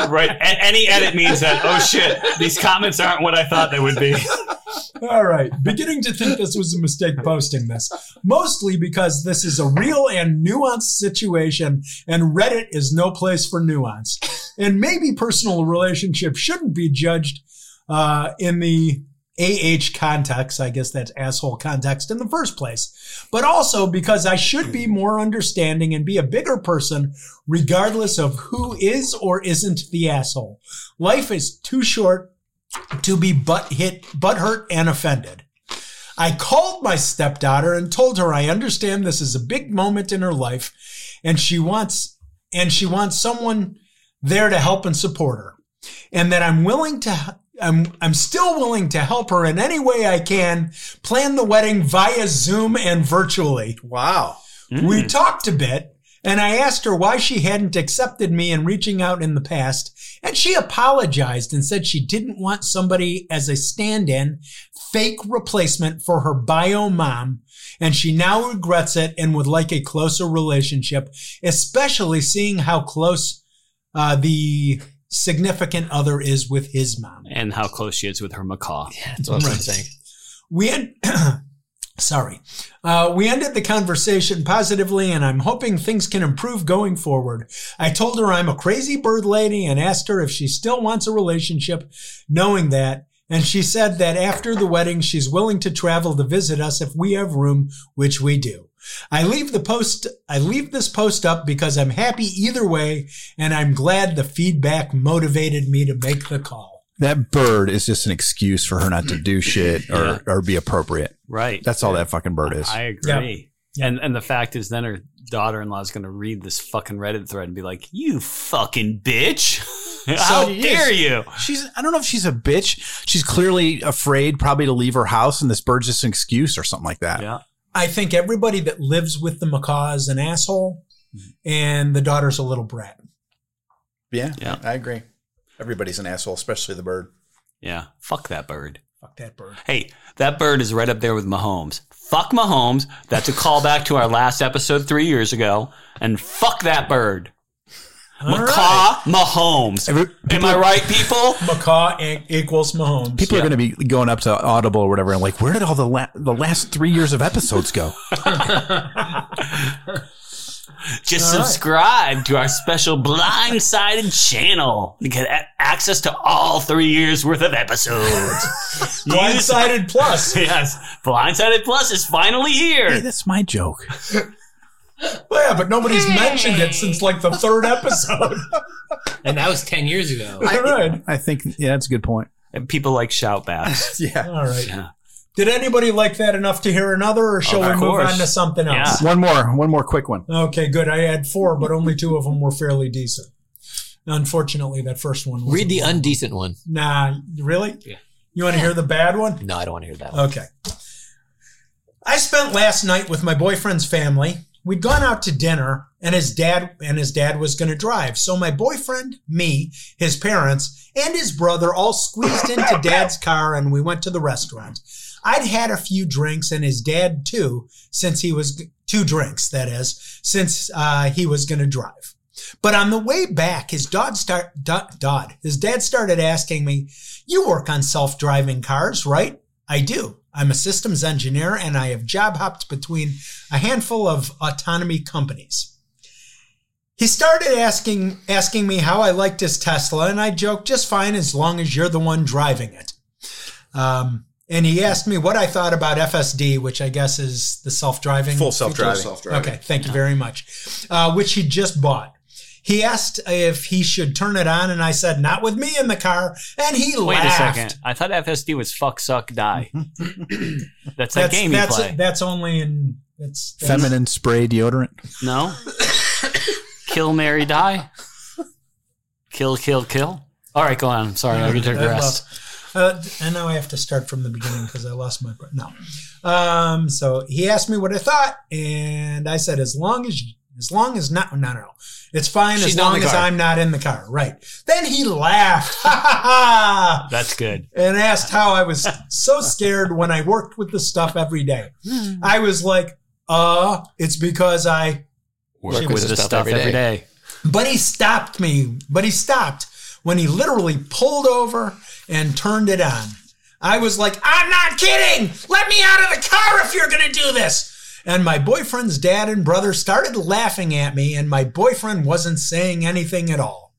[SPEAKER 1] right. A- any edit means that. Oh shit, these comments aren't what I thought they would be.
[SPEAKER 3] <laughs> All right. Beginning to think this was a mistake posting this, mostly because this is a real and nuanced situation, and Reddit is no place for nuance. And maybe personal relationships shouldn't be judged uh, in the AH context. I guess that's asshole context in the first place. But also because I should be more understanding and be a bigger person, regardless of who is or isn't the asshole. Life is too short to be butt hit, butt hurt, and offended. I called my stepdaughter and told her I understand this is a big moment in her life, and she wants and she wants someone there to help and support her, and that I'm willing to. I'm, I'm still willing to help her in any way I can plan the wedding via Zoom and virtually. Wow. We talked a bit, and I asked her why she hadn't accepted me in reaching out in the past, and she apologized and said she didn't want somebody as a stand in, fake replacement for her bio mom, and she now regrets it and would like a closer relationship, especially seeing how close uh, the significant other is with his mom.
[SPEAKER 1] And how close she is with her macaw.
[SPEAKER 7] That's what I'm saying.
[SPEAKER 3] We end- <clears throat> sorry. Uh, we ended the conversation positively, and I'm hoping things can improve going forward. I told her I'm a crazy bird lady and asked her if she still wants a relationship, knowing that. And she said that after the wedding, she's willing to travel to visit us if we have room, which we do. I leave the post, I leave this post up because I'm happy either way, and I'm glad the feedback motivated me to make the call.
[SPEAKER 2] That bird is just an excuse for her not to do shit or,
[SPEAKER 1] Yeah.
[SPEAKER 2] or be appropriate.
[SPEAKER 1] Right.
[SPEAKER 2] That's all that fucking bird is.
[SPEAKER 1] I agree. And and the fact is, then her daughter-in-law is going to read this fucking Reddit thread and be like, "You fucking bitch! <laughs> How
[SPEAKER 2] So-
[SPEAKER 1] dare you?"
[SPEAKER 2] She's I don't know if she's a bitch. She's clearly afraid probably to leave her house and this bird's just an excuse or something like that.
[SPEAKER 1] Yeah.
[SPEAKER 3] I think everybody that lives with the macaw is an asshole, and the daughter's a little brat.
[SPEAKER 2] Yeah.
[SPEAKER 1] Yeah.
[SPEAKER 2] I agree. Everybody's an asshole, especially the bird.
[SPEAKER 1] Yeah. Fuck that bird.
[SPEAKER 3] Fuck that bird.
[SPEAKER 1] Hey, that bird is right up there with Mahomes. Fuck Mahomes. That's a callback to our last episode three years ago. And fuck that bird. Macaw Mahomes.
[SPEAKER 2] Every-
[SPEAKER 1] Am I right, people?
[SPEAKER 3] Macaw e- equals
[SPEAKER 2] <laughs>
[SPEAKER 3] Mahomes.
[SPEAKER 2] People are going to be going up to Audible or whatever and like, where did all the la- the last three years of episodes go?
[SPEAKER 1] Just subscribe to our special blindsided channel to get a- access to all three years worth of
[SPEAKER 3] <laughs>
[SPEAKER 1] episodes. Use-
[SPEAKER 3] Blindsided Plus.
[SPEAKER 1] yes, blindsided plus is finally
[SPEAKER 2] hey,
[SPEAKER 1] here.
[SPEAKER 2] that's my joke.
[SPEAKER 3] Well, yeah, but nobody's mentioned it since like the third episode.
[SPEAKER 5] and that was ten years ago.
[SPEAKER 3] All <laughs> right.
[SPEAKER 2] I think yeah, that's a good point.
[SPEAKER 1] And people like shoutbacks.
[SPEAKER 2] Yeah.
[SPEAKER 3] All right.
[SPEAKER 1] Yeah.
[SPEAKER 3] Did anybody like that enough to hear another, or shall
[SPEAKER 1] Of
[SPEAKER 3] we move
[SPEAKER 1] course.
[SPEAKER 3] on to something else?
[SPEAKER 2] One more, one more quick one.
[SPEAKER 3] Okay, good. I had four, but only two of them were fairly decent. Unfortunately, that first one was.
[SPEAKER 7] Read the undecent one.
[SPEAKER 3] Nah, really?
[SPEAKER 5] Yeah.
[SPEAKER 3] You want to hear the bad one?
[SPEAKER 7] No, I don't want to hear that. One.
[SPEAKER 3] Okay. I spent last night with my boyfriend's family. We'd gone out to dinner and his dad and his dad was going to drive. So my boyfriend, me, his parents, and his brother all squeezed into dad's car and we went to the restaurant. I'd had a few drinks and his dad too since he was two drinks that is since uh, he was going to drive. But on the way back, his dad start Dodd, Dodd his dad started asking me, "You work on self-driving cars, right?" I do. I'm a systems engineer and I have job hopped between a handful of autonomy companies. He started asking asking me how I liked his Tesla, and I joked, "Just fine, as long as you're the one driving it." Um, and he asked me what I thought about FSD, which I guess is the self-driving
[SPEAKER 2] Full self-driving.
[SPEAKER 4] Self-driving.
[SPEAKER 3] Okay, thank you very much. Uh, which he just bought. He asked if he should turn it on, and I said, "Not with me in the car." And he
[SPEAKER 1] <laughs> Wait
[SPEAKER 3] laughed.
[SPEAKER 1] a second. I thought FSD was fuck, suck,
[SPEAKER 3] <laughs>
[SPEAKER 1] die. that's that
[SPEAKER 3] That's
[SPEAKER 1] game you
[SPEAKER 3] that's
[SPEAKER 1] play.
[SPEAKER 3] that's only in that's, that's
[SPEAKER 2] Feminine spray deodorant.
[SPEAKER 1] <laughs> no? kill, Mary, die? Kill, kill, kill? All right, go on. I'm sorry. I
[SPEAKER 3] I
[SPEAKER 1] digressed.
[SPEAKER 3] lost- Uh, and now I have to start from the beginning because I lost my breath. No. Um, so he asked me what I thought, and I said, as long as you, as long as not, no, no, no. It's fine
[SPEAKER 7] She's
[SPEAKER 3] as
[SPEAKER 7] not in
[SPEAKER 3] long
[SPEAKER 7] the
[SPEAKER 3] as
[SPEAKER 7] car.
[SPEAKER 3] I'm not in the car. Right. Then he laughed <laughs> ha, ha, ha,
[SPEAKER 1] That's good.
[SPEAKER 3] and asked how I was so scared when I worked with the stuff every day.
[SPEAKER 7] Hmm.
[SPEAKER 3] I was like, uh, it's because I
[SPEAKER 1] Work with this stuff every day.
[SPEAKER 3] but he stopped me. But he stopped when he literally pulled over and turned it on. I was like, I'm not kidding. Let me out of the car if you're going to do this. And my boyfriend's dad and brother started laughing at me, and my boyfriend wasn't saying anything at all.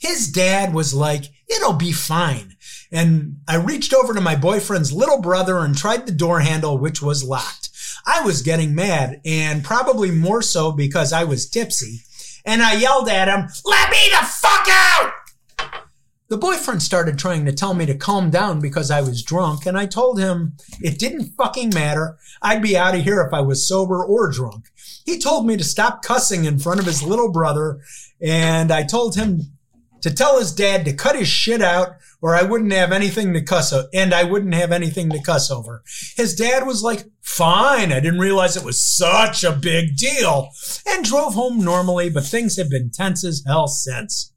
[SPEAKER 3] His dad was like, It'll be fine. And I reached over to my boyfriend's little brother and tried the door handle, which was locked. I was getting mad, and probably more so because I was tipsy and I yelled at him, Let me the fuck out! The boyfriend started trying to tell me to calm down because I was drunk, and I told him it didn't fucking matter. I'd be out of here if I was sober or drunk. He told me to stop cussing in front of his little brother, and I told him to tell his dad to cut his shit out or I wouldn't have anything to cuss o- and I wouldn't have anything to cuss over. His dad was like, "Fine, I didn't realize it was such a big deal." And drove home normally, but things have been tense as hell since.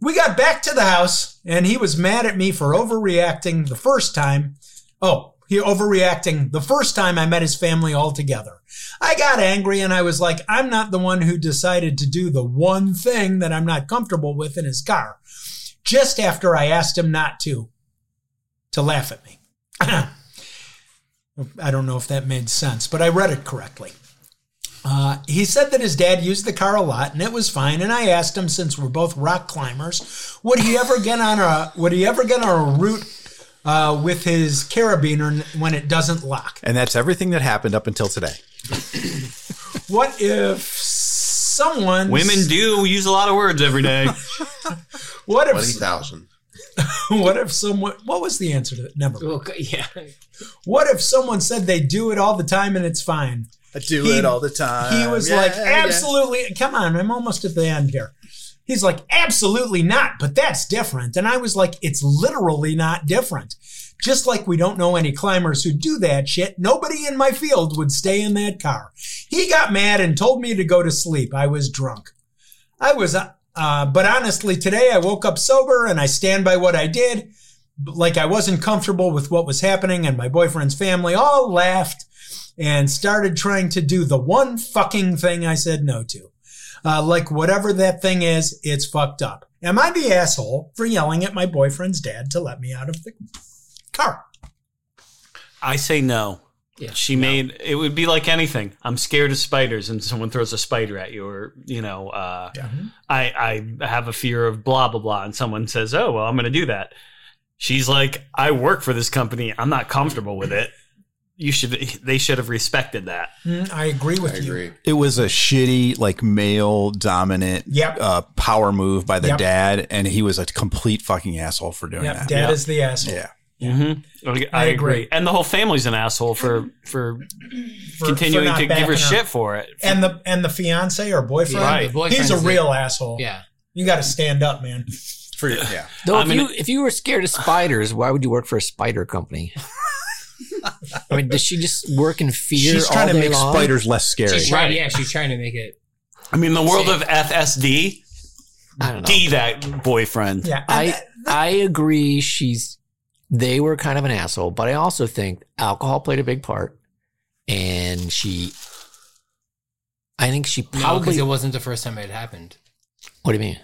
[SPEAKER 3] We got back to the house and he was mad at me for overreacting the first time. Oh, he overreacting the first time I met his family altogether. I got angry and I was like, I'm not the one who decided to do the one thing that I'm not comfortable with in his car just after I asked him not to, to laugh at me. <clears throat> I don't know if that made sense, but I read it correctly. Uh, he said that his dad used the car a lot and it was fine. And I asked him, since we're both rock climbers, would he ever get on a would he ever get on a route uh, with his carabiner when it doesn't lock?
[SPEAKER 2] And that's everything that happened up until today.
[SPEAKER 3] What if someone
[SPEAKER 1] Women do use a lot of words every day.
[SPEAKER 3] <laughs> What if
[SPEAKER 4] Twenty thousand.
[SPEAKER 3] <laughs> what if someone? What was the answer to that? Never. mind.
[SPEAKER 5] Well, yeah.
[SPEAKER 3] What if someone said they do it all the time and it's fine?
[SPEAKER 2] I do
[SPEAKER 3] He- it all
[SPEAKER 2] the time.
[SPEAKER 3] He was like, absolutely. Come on, I'm almost at the end here. He's like, absolutely not, but that's different. And I was like, it's literally not different. Just like we don't know any climbers who do that shit, nobody in my field would stay in that car. He got mad and told me to go to sleep. I was drunk. I was, uh, uh, but honestly, today I woke up sober and I stand by what I did. But, Like I wasn't comfortable with what was happening, and my boyfriend's family all laughed and started trying to do the one fucking thing I said no to. Uh, like whatever that thing is, it's fucked up. Am I the asshole for yelling at my boyfriend's dad to let me out of the car?
[SPEAKER 1] I say no.
[SPEAKER 5] Yeah,
[SPEAKER 1] she made it would be like anything. I'm scared of spiders, and someone throws a spider at you, or you know, uh, I I have a fear of blah blah blah, and someone says, "Oh well, I'm going to do that." She's like, "I work for this company. I'm not comfortable with it." You should. They should have respected that.
[SPEAKER 3] Mm, I agree with
[SPEAKER 4] I
[SPEAKER 3] you.
[SPEAKER 4] agree.
[SPEAKER 2] It was a shitty, like male dominant
[SPEAKER 3] Yep.
[SPEAKER 2] uh, power move by the
[SPEAKER 3] Yep.
[SPEAKER 2] dad, and he was a complete fucking asshole for doing
[SPEAKER 3] Yep,
[SPEAKER 2] that.
[SPEAKER 3] dad
[SPEAKER 1] Yeah.
[SPEAKER 3] is the asshole.
[SPEAKER 2] Yeah.
[SPEAKER 1] Mm-hmm. I, I
[SPEAKER 3] I
[SPEAKER 1] agree.
[SPEAKER 3] agree.
[SPEAKER 1] and the whole family's an asshole for for,
[SPEAKER 3] for- for
[SPEAKER 1] continuing
[SPEAKER 3] not
[SPEAKER 1] to give her
[SPEAKER 3] backing
[SPEAKER 1] shit for it.
[SPEAKER 3] And the and the fiance or boyfriend,
[SPEAKER 1] Right.
[SPEAKER 3] he's a real asshole.
[SPEAKER 5] Yeah.
[SPEAKER 3] You got to stand up, man.
[SPEAKER 2] For yeah.
[SPEAKER 7] Though if
[SPEAKER 1] I'm
[SPEAKER 7] you if you were scared of spiders, why would you work for a
[SPEAKER 2] <laughs>
[SPEAKER 7] spider company? I mean, does she just work in fear?
[SPEAKER 2] She's trying
[SPEAKER 7] all
[SPEAKER 2] to
[SPEAKER 7] day
[SPEAKER 2] make
[SPEAKER 7] long?
[SPEAKER 2] spiders less scary.
[SPEAKER 5] She's trying, yeah, she's trying to make it.
[SPEAKER 1] I mean, the world of FSD.
[SPEAKER 7] I don't know.
[SPEAKER 1] D that boyfriend.
[SPEAKER 3] Yeah,
[SPEAKER 7] I I agree. She's they were kind of an asshole, but I also think alcohol played a big part, and she. I think she
[SPEAKER 5] No,
[SPEAKER 7] probably
[SPEAKER 5] because it wasn't the first time it happened.
[SPEAKER 7] What do you mean?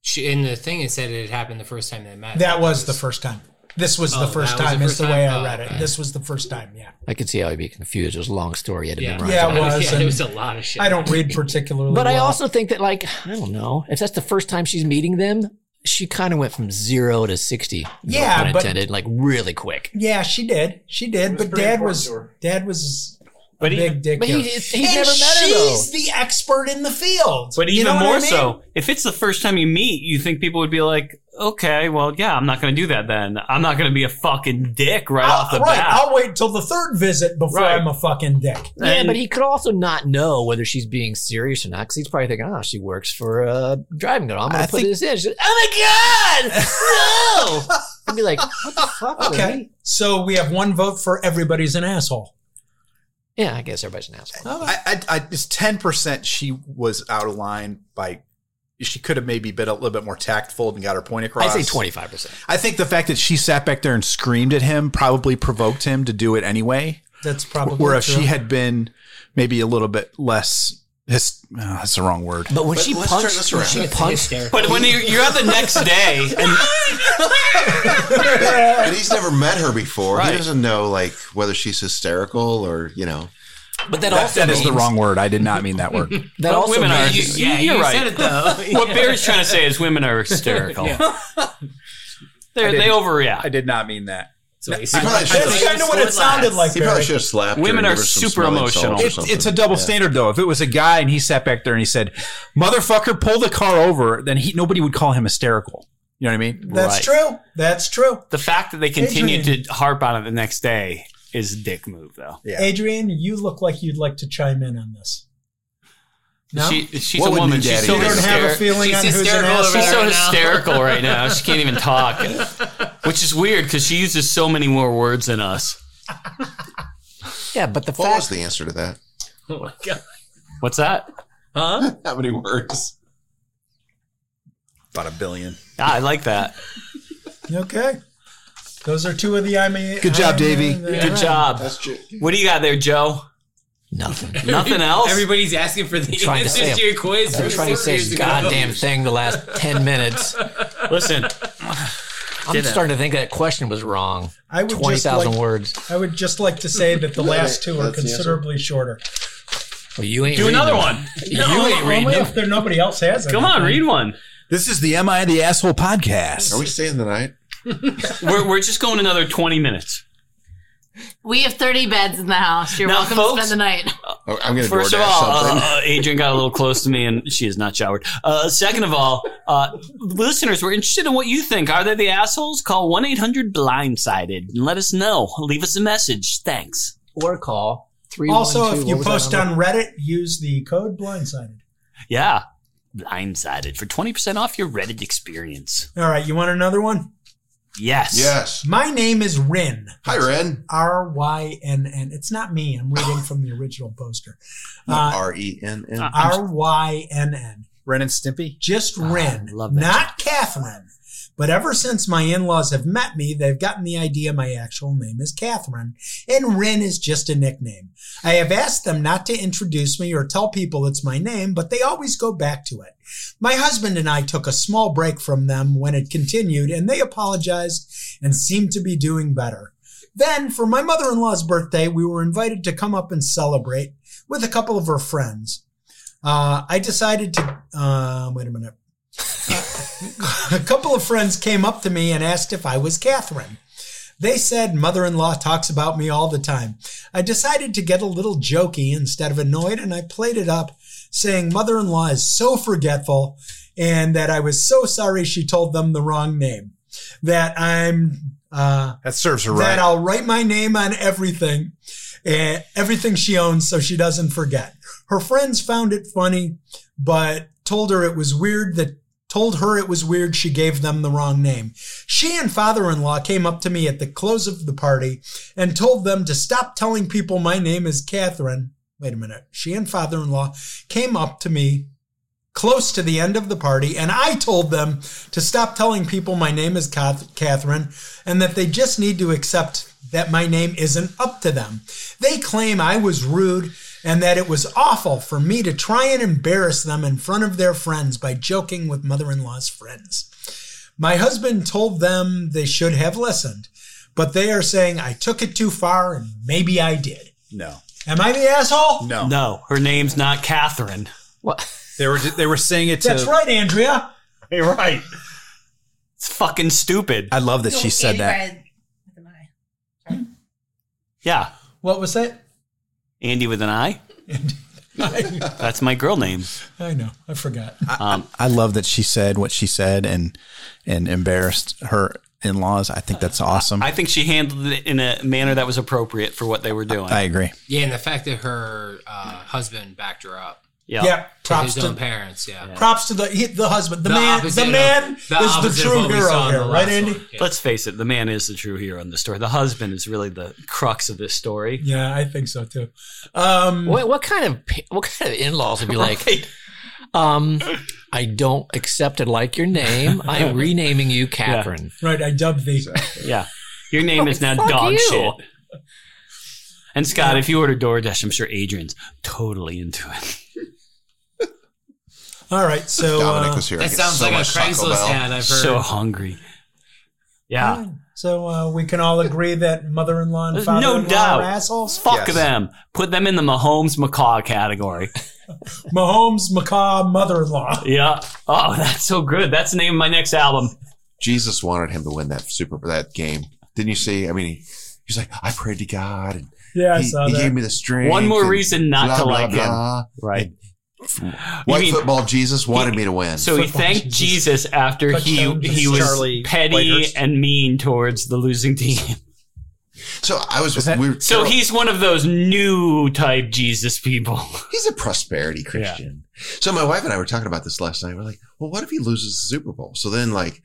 [SPEAKER 5] She, in the thing, it said it happened the first time they met.
[SPEAKER 3] That was the first time. This was
[SPEAKER 5] Oh,
[SPEAKER 3] the first
[SPEAKER 5] that was the
[SPEAKER 3] time,
[SPEAKER 5] first
[SPEAKER 3] is the way
[SPEAKER 5] time?
[SPEAKER 3] I
[SPEAKER 5] Oh,
[SPEAKER 3] read it.
[SPEAKER 5] okay.
[SPEAKER 3] This was the first time, yeah.
[SPEAKER 7] I could see how he'd be confused. It was a long story. He had
[SPEAKER 5] <laughs>
[SPEAKER 7] to
[SPEAKER 5] Yeah,
[SPEAKER 7] memorize
[SPEAKER 3] Yeah,
[SPEAKER 7] all
[SPEAKER 3] it
[SPEAKER 7] that.
[SPEAKER 3] was,
[SPEAKER 5] Yeah,
[SPEAKER 3] and-
[SPEAKER 5] it was a lot of shit.
[SPEAKER 3] I don't read particularly
[SPEAKER 7] But I
[SPEAKER 3] well.
[SPEAKER 7] also think that, like, I don't know, if that's the first time she's meeting them, she kind of went from zero to 60. no
[SPEAKER 3] Yeah,
[SPEAKER 7] pun
[SPEAKER 3] but-
[SPEAKER 7] intended, like really quick.
[SPEAKER 3] Yeah, she did. She did. But
[SPEAKER 8] pretty
[SPEAKER 3] dad
[SPEAKER 8] important
[SPEAKER 3] was
[SPEAKER 8] to her.
[SPEAKER 3] dad was
[SPEAKER 1] But
[SPEAKER 3] a
[SPEAKER 1] he-
[SPEAKER 3] big dick.
[SPEAKER 7] But he,
[SPEAKER 3] here.
[SPEAKER 7] he's
[SPEAKER 3] and
[SPEAKER 7] never met her, though.
[SPEAKER 3] she's the expert in the field.
[SPEAKER 1] But even
[SPEAKER 3] You know what I
[SPEAKER 1] more
[SPEAKER 3] mean?
[SPEAKER 1] so, if it's the first time you meet, you think people would be like, okay, well, yeah, I'm not going to do that then. I'm not going to be a fucking dick right
[SPEAKER 3] I'll-
[SPEAKER 1] off the
[SPEAKER 3] Oh, right,
[SPEAKER 1] bat.
[SPEAKER 3] I'll wait till the third visit before
[SPEAKER 1] Right.
[SPEAKER 3] I'm a fucking dick.
[SPEAKER 7] Yeah,
[SPEAKER 1] And-
[SPEAKER 7] but he could also not know whether she's being serious or not because he's probably thinking, oh, she works for uh, driving. girl. I'm going
[SPEAKER 2] I
[SPEAKER 7] to put
[SPEAKER 2] think-
[SPEAKER 7] this in. She's like, oh my God, <laughs> no. I'd be like, what the fuck?
[SPEAKER 3] Okay.
[SPEAKER 7] lady?
[SPEAKER 3] So we have one vote for everybody's an asshole.
[SPEAKER 7] Yeah, I guess everybody's an asshole.
[SPEAKER 2] I, I, I just ten percent. She was out of line by. She could have maybe been a little bit more tactful and got her point
[SPEAKER 7] I'd
[SPEAKER 2] across.
[SPEAKER 7] say 25%.
[SPEAKER 2] I think the fact that she sat back there and screamed at him probably provoked him to do it anyway.
[SPEAKER 3] That's probably
[SPEAKER 2] Where if
[SPEAKER 3] true.
[SPEAKER 2] she had been maybe a little bit less, his, oh, that's the wrong word.
[SPEAKER 7] But when
[SPEAKER 4] But
[SPEAKER 7] she
[SPEAKER 4] let's turn
[SPEAKER 7] punched,
[SPEAKER 4] this
[SPEAKER 7] when
[SPEAKER 4] around.
[SPEAKER 7] she
[SPEAKER 4] That's
[SPEAKER 7] punched,
[SPEAKER 1] but when you're, you're out the next day, and
[SPEAKER 4] and he's never met her before.
[SPEAKER 7] Right.
[SPEAKER 4] He doesn't know like whether she's hysterical or you know.
[SPEAKER 7] but that,
[SPEAKER 2] That,
[SPEAKER 7] also
[SPEAKER 2] that is the
[SPEAKER 7] means-
[SPEAKER 2] wrong word. I did not mean that
[SPEAKER 3] <laughs>
[SPEAKER 2] word.
[SPEAKER 7] That also
[SPEAKER 1] women are.
[SPEAKER 7] means-
[SPEAKER 1] You,
[SPEAKER 5] Yeah,
[SPEAKER 1] you're
[SPEAKER 5] you
[SPEAKER 1] right.
[SPEAKER 5] said it though.
[SPEAKER 1] <laughs> What Barry's trying to say is women are hysterical. <laughs> They're,
[SPEAKER 2] didn't-
[SPEAKER 1] they overreact.
[SPEAKER 2] I did not mean that.
[SPEAKER 5] So he scored-
[SPEAKER 4] probably should've-
[SPEAKER 5] so
[SPEAKER 3] That's
[SPEAKER 5] he
[SPEAKER 3] kind of what
[SPEAKER 5] scored
[SPEAKER 3] it sounded
[SPEAKER 5] last.
[SPEAKER 3] like.
[SPEAKER 4] He probably
[SPEAKER 3] Barry.
[SPEAKER 4] should have slapped.
[SPEAKER 1] Women
[SPEAKER 4] her and
[SPEAKER 1] are
[SPEAKER 4] give her some
[SPEAKER 1] super
[SPEAKER 4] smelling salts
[SPEAKER 1] emotional.
[SPEAKER 4] or
[SPEAKER 2] It's,
[SPEAKER 4] something.
[SPEAKER 2] it's a double
[SPEAKER 4] Yeah.
[SPEAKER 2] standard though. If it was a guy and he sat back there and he said, "Motherfucker, pull the car over," then he nobody would call him hysterical. You know what I mean?
[SPEAKER 3] That's true. That's true.
[SPEAKER 1] the fact that they continue
[SPEAKER 3] Adrian.
[SPEAKER 1] to harp on it the next day is a dick move, though.
[SPEAKER 2] Yeah.
[SPEAKER 3] Adrian, you look like you'd like to chime in on this. No?
[SPEAKER 1] She, she's
[SPEAKER 4] What
[SPEAKER 1] a
[SPEAKER 4] would
[SPEAKER 1] woman.
[SPEAKER 4] new
[SPEAKER 1] She's
[SPEAKER 4] daddy
[SPEAKER 1] so,
[SPEAKER 4] do?
[SPEAKER 3] You don't have a
[SPEAKER 1] hysterical.
[SPEAKER 3] feeling
[SPEAKER 5] She's
[SPEAKER 3] on who's an
[SPEAKER 5] hysterical
[SPEAKER 3] asshole.
[SPEAKER 5] about
[SPEAKER 1] she's so
[SPEAKER 5] Right now.
[SPEAKER 1] hysterical right now. She can't
[SPEAKER 5] <laughs>
[SPEAKER 1] even talk, which is weird because she uses so many more words than us.
[SPEAKER 7] Yeah, but the
[SPEAKER 4] What was
[SPEAKER 7] fact
[SPEAKER 4] the answer to that?
[SPEAKER 5] Oh my god.
[SPEAKER 1] What's that?
[SPEAKER 5] Huh?
[SPEAKER 4] How many words?
[SPEAKER 2] About a billion.
[SPEAKER 1] Ah, I like that.
[SPEAKER 3] Okay. Those are two of the I mean.
[SPEAKER 2] Good job, Davey.
[SPEAKER 3] uh,
[SPEAKER 1] Good job. What do you got there, Joe?
[SPEAKER 7] nothing.
[SPEAKER 1] Nothing else.
[SPEAKER 5] Everybody's asking for the
[SPEAKER 7] trying to
[SPEAKER 5] answers to,
[SPEAKER 7] say-
[SPEAKER 5] your quiz.
[SPEAKER 7] I'm
[SPEAKER 5] from
[SPEAKER 7] trying to
[SPEAKER 5] six
[SPEAKER 7] say
[SPEAKER 5] years
[SPEAKER 7] this
[SPEAKER 5] ago.
[SPEAKER 7] goddamn thing the last 10 minutes.
[SPEAKER 1] Listen,
[SPEAKER 7] I'm
[SPEAKER 1] Did it.
[SPEAKER 7] starting to think that question was wrong.
[SPEAKER 3] I would just
[SPEAKER 7] 20,000
[SPEAKER 3] like,
[SPEAKER 7] words.
[SPEAKER 3] I would just like to say that the last two are
[SPEAKER 4] That's the answer.
[SPEAKER 3] considerably shorter.
[SPEAKER 7] Well, you ain't
[SPEAKER 1] do
[SPEAKER 7] reading
[SPEAKER 1] another
[SPEAKER 7] them.
[SPEAKER 1] one.
[SPEAKER 7] You ain't reading
[SPEAKER 3] Only
[SPEAKER 7] them.
[SPEAKER 3] if there nobody else has it.
[SPEAKER 1] Come on, read one.
[SPEAKER 2] This is the "Am I the Asshole" podcast.
[SPEAKER 4] Are we staying the night?
[SPEAKER 1] We're, we're just going another 20 minutes.
[SPEAKER 6] We have 30 beds in the house. You're
[SPEAKER 1] Now,
[SPEAKER 6] welcome
[SPEAKER 1] folks-
[SPEAKER 6] to spend the night.
[SPEAKER 4] Oh, I'm going to DoorDash
[SPEAKER 1] First of all,
[SPEAKER 4] something.
[SPEAKER 1] uh, uh, Adrian got a little close to me, and she is not showered. Uh, second of all, uh, listeners, we're interested in what you think. Are they the assholes? Call 1 800 Blindsided and let us know. Leave us a message. Thanks.
[SPEAKER 7] Or call. Three,
[SPEAKER 3] Also,
[SPEAKER 7] one, two,
[SPEAKER 3] if
[SPEAKER 7] what
[SPEAKER 3] you
[SPEAKER 7] was that
[SPEAKER 3] post
[SPEAKER 7] number?
[SPEAKER 3] on Reddit, use the code blindsided.
[SPEAKER 1] Yeah. Blindsided for 20% off your Reddit experience.
[SPEAKER 3] All right, you want another one?
[SPEAKER 1] Yes.
[SPEAKER 4] yes.
[SPEAKER 3] My name is Rin.
[SPEAKER 4] Hi, Ren.
[SPEAKER 3] R Y N N. It's not me. I'm reading from the original poster. Uh,
[SPEAKER 4] R E N N.
[SPEAKER 3] R Y N N.
[SPEAKER 2] Ren and Stimpy.
[SPEAKER 3] Just Rin,
[SPEAKER 1] love that.
[SPEAKER 3] not Catherine. But ever since my in laws have met me, they've gotten the idea my actual name is Catherine, and Rin is just a nickname. I have asked them not to introduce me or tell people it's my name, but they always go back to it. My husband and I took a small break from them when it continued, and they apologized and seemed to be doing better. Then, for my mother in law's birthday, we were invited to come up and celebrate with a couple of her friends. Uh, I decided to, uh, wait a minute. a couple of friends came up to me and asked if I was Catherine. They said mother in law talks about me all the time. I decided to get a little jokey instead of annoyed, and I played it up, saying mother in law is so forgetful and that I was so sorry she told them the wrong name. That I'm, uh,
[SPEAKER 2] That serves her
[SPEAKER 3] that
[SPEAKER 2] right.
[SPEAKER 3] I'll write my name on everything, eh, everything she owns, so she doesn't forget. Her friends found it funny, but told her it was weird that told her it was weird she gave them the wrong name. She and father-in-law came up to me at the close of the party and told them to stop telling people my name is Catherine. Wait a minute. She and father-in-law came up to me close to the end of the party, and I told them to stop telling people my name is Cath- Catherine and that they just need to accept that my name isn't up to them. They claim I was rude and that it was awful for me to try and embarrass them in front of their friends by joking with mother in law's friends. My husband told them they should have listened, but they are saying I took it too far and maybe I did.
[SPEAKER 2] No.
[SPEAKER 3] Am I the asshole?
[SPEAKER 2] No.
[SPEAKER 1] No, her name's not Catherine.
[SPEAKER 7] What?
[SPEAKER 2] They were they were saying it to
[SPEAKER 3] That's right, Andrea.
[SPEAKER 1] You're right. It's fucking stupid.
[SPEAKER 2] I love that she said that.
[SPEAKER 1] Yeah.
[SPEAKER 3] What was that?
[SPEAKER 1] Andy with an I.
[SPEAKER 3] <laughs> I,
[SPEAKER 1] That's my girl name.
[SPEAKER 3] I know. I forgot.
[SPEAKER 1] Um,
[SPEAKER 2] I love that she said what she said and and embarrassed her in-laws. I think that's awesome.
[SPEAKER 1] I
[SPEAKER 2] I,
[SPEAKER 1] think she handled it in a manner that was appropriate for what they were doing.
[SPEAKER 2] agree.
[SPEAKER 5] Yeah, and the fact that her uh, husband backed her up
[SPEAKER 1] yeah.
[SPEAKER 3] Yeah.
[SPEAKER 5] to
[SPEAKER 3] Props
[SPEAKER 5] his own
[SPEAKER 3] to
[SPEAKER 5] parents. Yeah,
[SPEAKER 3] props to the he, the husband, the,
[SPEAKER 5] The
[SPEAKER 3] man,
[SPEAKER 5] opposite
[SPEAKER 3] the
[SPEAKER 5] of-
[SPEAKER 3] man is the
[SPEAKER 5] opposite of
[SPEAKER 3] true
[SPEAKER 5] what we
[SPEAKER 3] hero
[SPEAKER 5] saw in the
[SPEAKER 3] here, right,
[SPEAKER 5] last
[SPEAKER 3] Andy?
[SPEAKER 5] one. Yeah.
[SPEAKER 1] Let's face it, the man is the true hero in the story. The husband is really the crux of this story.
[SPEAKER 3] Yeah, I think so too. Um,
[SPEAKER 7] What, what kind of pa- what kind of in-laws would be like?
[SPEAKER 1] Right.
[SPEAKER 7] Um, I don't accept and like your name. I'm renaming
[SPEAKER 3] <laughs>
[SPEAKER 7] you Catherine.
[SPEAKER 3] Right, I dubbed the.
[SPEAKER 1] Yeah. Your name is now
[SPEAKER 7] Oh, fuck
[SPEAKER 1] dog
[SPEAKER 7] you.
[SPEAKER 1] shit. And Scott, if you order DoorDash, I'm sure Adrian's totally into it.
[SPEAKER 3] All right, so
[SPEAKER 4] Dominic
[SPEAKER 3] uh,
[SPEAKER 4] was here. I
[SPEAKER 5] that
[SPEAKER 4] get
[SPEAKER 5] sounds
[SPEAKER 4] so
[SPEAKER 5] like a
[SPEAKER 4] much Taco
[SPEAKER 5] Craigslist
[SPEAKER 4] Bell.
[SPEAKER 5] ad I've heard.
[SPEAKER 1] So hungry. Yeah.
[SPEAKER 3] so uh, we can all agree that mother-in-law and
[SPEAKER 1] There's
[SPEAKER 3] father-in-law
[SPEAKER 1] no doubt.
[SPEAKER 3] are assholes.
[SPEAKER 1] Fuck
[SPEAKER 4] Yes.
[SPEAKER 1] them. Put them in the Mahomes Macaw category.
[SPEAKER 3] Mahomes, macaw, mother-in-law. <laughs>
[SPEAKER 1] Yeah. Oh, that's so good. That's the name of my next album.
[SPEAKER 4] Jesus wanted him to win that super that game. Didn't you see? I mean, he, he's like, I prayed to God, and
[SPEAKER 3] Yeah, I
[SPEAKER 4] he,
[SPEAKER 3] saw
[SPEAKER 4] he
[SPEAKER 3] that.
[SPEAKER 4] gave me the strength.
[SPEAKER 1] One more
[SPEAKER 4] and
[SPEAKER 1] reason not
[SPEAKER 4] blah,
[SPEAKER 1] to
[SPEAKER 4] blah,
[SPEAKER 1] like him.
[SPEAKER 4] blah.
[SPEAKER 1] Right.
[SPEAKER 4] White
[SPEAKER 1] mean-
[SPEAKER 4] football Jesus wanted
[SPEAKER 1] He-
[SPEAKER 4] me to win.
[SPEAKER 1] So he
[SPEAKER 3] Football
[SPEAKER 1] thanked Jesus,
[SPEAKER 3] Jesus.
[SPEAKER 1] after he
[SPEAKER 3] Touchdown to
[SPEAKER 1] he was
[SPEAKER 2] Charlie
[SPEAKER 1] petty
[SPEAKER 2] Whitehurst.
[SPEAKER 1] and mean towards the losing team. <laughs>
[SPEAKER 4] So I was.
[SPEAKER 2] Is that-
[SPEAKER 4] we were,
[SPEAKER 1] So he's one of those new type Jesus people. <laughs>
[SPEAKER 4] he's a prosperity Christian. So my wife and I were talking about this last night. We're like, well, what if he loses the Super Bowl? So then, like,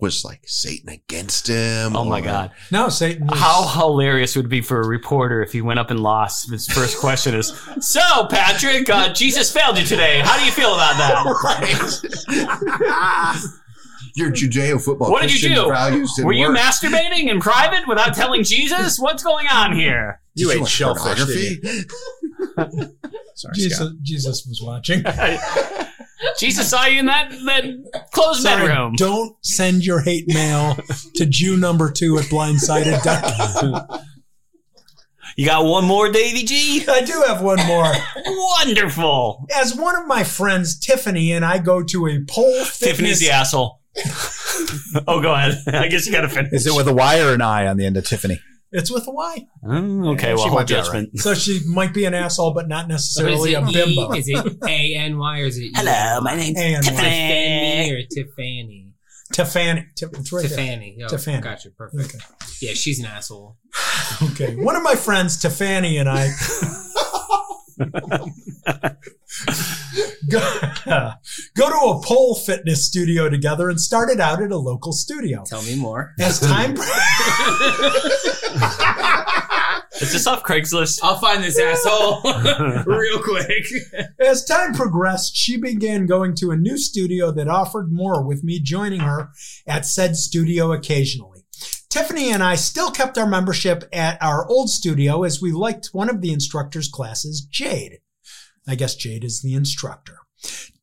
[SPEAKER 4] was like Satan against him?
[SPEAKER 1] Oh my
[SPEAKER 4] or- <laughs>
[SPEAKER 1] God!
[SPEAKER 3] No, Satan. Was,
[SPEAKER 1] How hilarious would it be for a reporter if he went up and lost? His first question is, <laughs> "So Patrick, uh, Jesus failed you today. How do you feel about that?
[SPEAKER 4] Right. Your Judeo football.
[SPEAKER 1] What did you do?
[SPEAKER 4] Values didn't
[SPEAKER 1] Were you
[SPEAKER 4] work.
[SPEAKER 1] masturbating in private without telling Jesus? What's going on here?"
[SPEAKER 4] Did
[SPEAKER 2] You ate
[SPEAKER 4] watch
[SPEAKER 2] shellfish,
[SPEAKER 4] pornography?
[SPEAKER 2] Sorry, Scott.
[SPEAKER 3] Jesus, Jesus was watching. <laughs>
[SPEAKER 1] Jesus saw you in that that closed
[SPEAKER 3] Sorry,
[SPEAKER 1] bedroom.
[SPEAKER 3] don't send your hate mail to Jew number two at blindsided.com.
[SPEAKER 5] <laughs>
[SPEAKER 1] You got one more, Davy G.
[SPEAKER 3] I do have one more.
[SPEAKER 1] Wonderful.
[SPEAKER 3] As one of my friends, Tiffany, and I go to a pole fitness.
[SPEAKER 1] Tiffany's the asshole. <laughs> oh, go ahead. <laughs> I guess you got to finish.
[SPEAKER 2] Is it with a Y or an I on the end of Tiffany?
[SPEAKER 3] It's with a Y.
[SPEAKER 1] Oh, okay, well,
[SPEAKER 2] She
[SPEAKER 1] hold
[SPEAKER 2] might be all
[SPEAKER 1] judgment.
[SPEAKER 3] So she might be an asshole, but not
[SPEAKER 5] So is
[SPEAKER 3] necessarily
[SPEAKER 5] it
[SPEAKER 3] a bimbo.
[SPEAKER 5] E? Is it A N Y or is it E?
[SPEAKER 1] Hello, my name's
[SPEAKER 3] And
[SPEAKER 1] Tiffany.
[SPEAKER 5] Tiffany or Tiffany?
[SPEAKER 3] Tiffany. Tiff- it's right there.
[SPEAKER 5] Tiffany. Oh,
[SPEAKER 3] Tiffany.
[SPEAKER 5] Gotcha. Perfect.
[SPEAKER 3] Okay.
[SPEAKER 5] Yeah, she's an asshole.
[SPEAKER 3] Okay. One of my friends, Tiffany, and I go, go to a pole fitness studio together and started out at a local studio.
[SPEAKER 5] Tell me more.
[SPEAKER 3] As time
[SPEAKER 1] Is this off Craigslist?
[SPEAKER 5] I'll find this asshole
[SPEAKER 1] <laughs>
[SPEAKER 5] <laughs> real quick.
[SPEAKER 3] As time progressed, she began going to a new studio that offered more, with me joining her at said studio occasionally. Tiffany and I still kept our membership at our old studio as we liked one of the instructor's classes, Jade. I guess Jade is the instructor.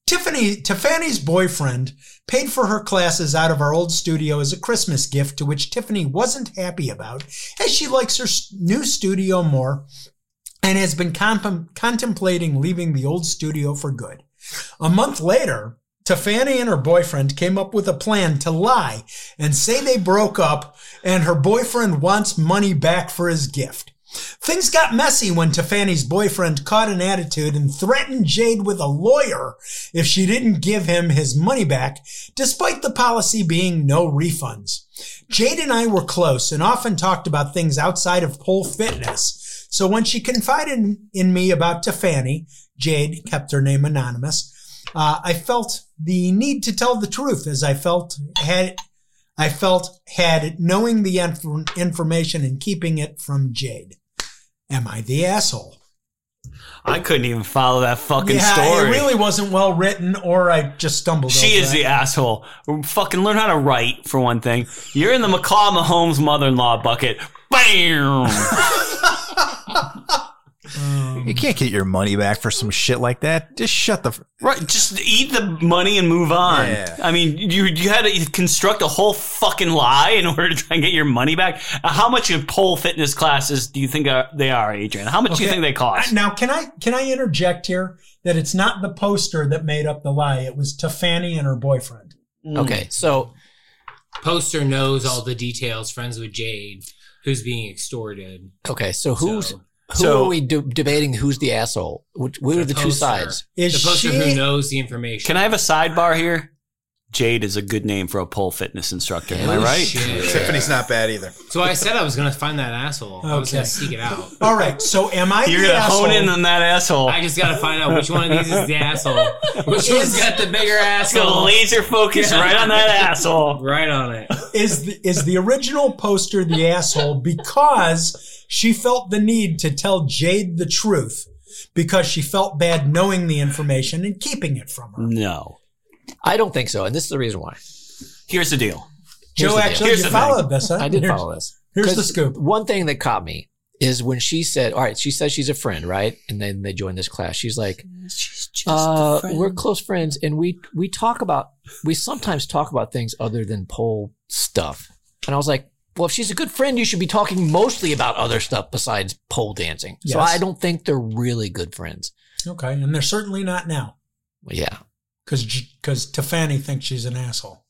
[SPEAKER 3] Tiffany, Tiffany's boyfriend paid for her classes out of our old studio as a Christmas gift, to which Tiffany wasn't happy about, as she likes her s- new studio more and has been contem- contemplating leaving the old studio for good. A month later, Tiffany and her boyfriend came up with a plan to lie and say they broke up and her boyfriend wants money back for his gift. Things got messy when Tiffany's boyfriend caught an attitude and threatened Jade with a lawyer if she didn't give him his money back, despite the policy being no refunds. Jade and I were close and often talked about things outside of pole fitness. So when she confided in, in me about Tiffany, Jade kept her name anonymous. Uh, I felt the need to tell the truth as I felt had I felt had knowing the inf- information and keeping it from Jade. Am I the asshole?
[SPEAKER 1] I couldn't even follow that fucking
[SPEAKER 3] yeah,
[SPEAKER 1] story.
[SPEAKER 3] it really wasn't well written, or I just stumbled.
[SPEAKER 1] she
[SPEAKER 3] over
[SPEAKER 1] is
[SPEAKER 3] it.
[SPEAKER 1] the asshole. Fucking learn how to write for one thing. You're in the Macaw Mahomes mother-in-law bucket. Bam.
[SPEAKER 3] Oh,
[SPEAKER 2] You can't get your money back for some shit like that. Just shut the. f-
[SPEAKER 1] Right, just eat the money and move on.
[SPEAKER 2] Yeah.
[SPEAKER 1] I mean, you you had to construct a whole fucking lie in <laughs> order to try and get your money back. Uh, How much of pole fitness classes do you think are, they are, Adrian? How much do you
[SPEAKER 3] Okay.
[SPEAKER 1] think they
[SPEAKER 3] I-
[SPEAKER 1] cost?
[SPEAKER 3] Now, can I can I interject here that it's not the poster that made up the lie? It was Tefani and her boyfriend.
[SPEAKER 7] Okay, so
[SPEAKER 5] Poster knows all the details. Friends with Jade, who's being extorted.
[SPEAKER 7] okay, so who's
[SPEAKER 5] So,
[SPEAKER 7] who
[SPEAKER 2] So-
[SPEAKER 7] are we de- debating? Who's the asshole? Which, what are
[SPEAKER 5] The
[SPEAKER 7] the two
[SPEAKER 5] poster.
[SPEAKER 7] sides?
[SPEAKER 3] Is
[SPEAKER 5] the poster who
[SPEAKER 3] she?
[SPEAKER 5] knows the information?
[SPEAKER 1] Can I have a sidebar here? Jade is a good name for a pole fitness instructor. Am I
[SPEAKER 5] Oh,
[SPEAKER 1] right?
[SPEAKER 5] shit.
[SPEAKER 2] Tiffany's not bad either.
[SPEAKER 5] So I said I was gonna find that asshole. I was
[SPEAKER 3] Okay.
[SPEAKER 5] gonna seek it out.
[SPEAKER 3] All right. So am I
[SPEAKER 1] You're
[SPEAKER 3] the
[SPEAKER 1] gonna
[SPEAKER 3] asshole?
[SPEAKER 1] hone in on that asshole.
[SPEAKER 5] I just gotta find out which one of these is the asshole. Which one's got the bigger
[SPEAKER 1] gonna
[SPEAKER 5] asshole?
[SPEAKER 1] laser focus right on that asshole.
[SPEAKER 5] Right on it.
[SPEAKER 3] is the, is the original poster the asshole because she felt the need to tell Jade the truth because she felt bad knowing the information and keeping it from her.
[SPEAKER 1] No.
[SPEAKER 7] I don't think so, and this is the reason why.
[SPEAKER 1] Here's the deal.
[SPEAKER 7] Here's
[SPEAKER 3] Joe,
[SPEAKER 7] the deal.
[SPEAKER 3] actually,
[SPEAKER 1] Here's
[SPEAKER 3] you
[SPEAKER 1] the thing.
[SPEAKER 3] followed this. Huh? <laughs>
[SPEAKER 7] I did
[SPEAKER 3] Here's-
[SPEAKER 7] follow this.
[SPEAKER 3] Here's
[SPEAKER 7] 'Cause
[SPEAKER 3] the scoop.
[SPEAKER 7] One thing that caught me is when she said, "All right," she says she's a friend, right? And then they join this class. She's like, uh, "We're close friends, and we we talk about we sometimes talk about things other than pole stuff." And I was like, "Well, if she's a good friend, you should be talking mostly about other stuff besides pole dancing." So
[SPEAKER 3] Yes.
[SPEAKER 7] I don't think they're really good friends.
[SPEAKER 3] Okay, and they're certainly not now.
[SPEAKER 7] But yeah,
[SPEAKER 3] because because Tefani thinks she's an asshole.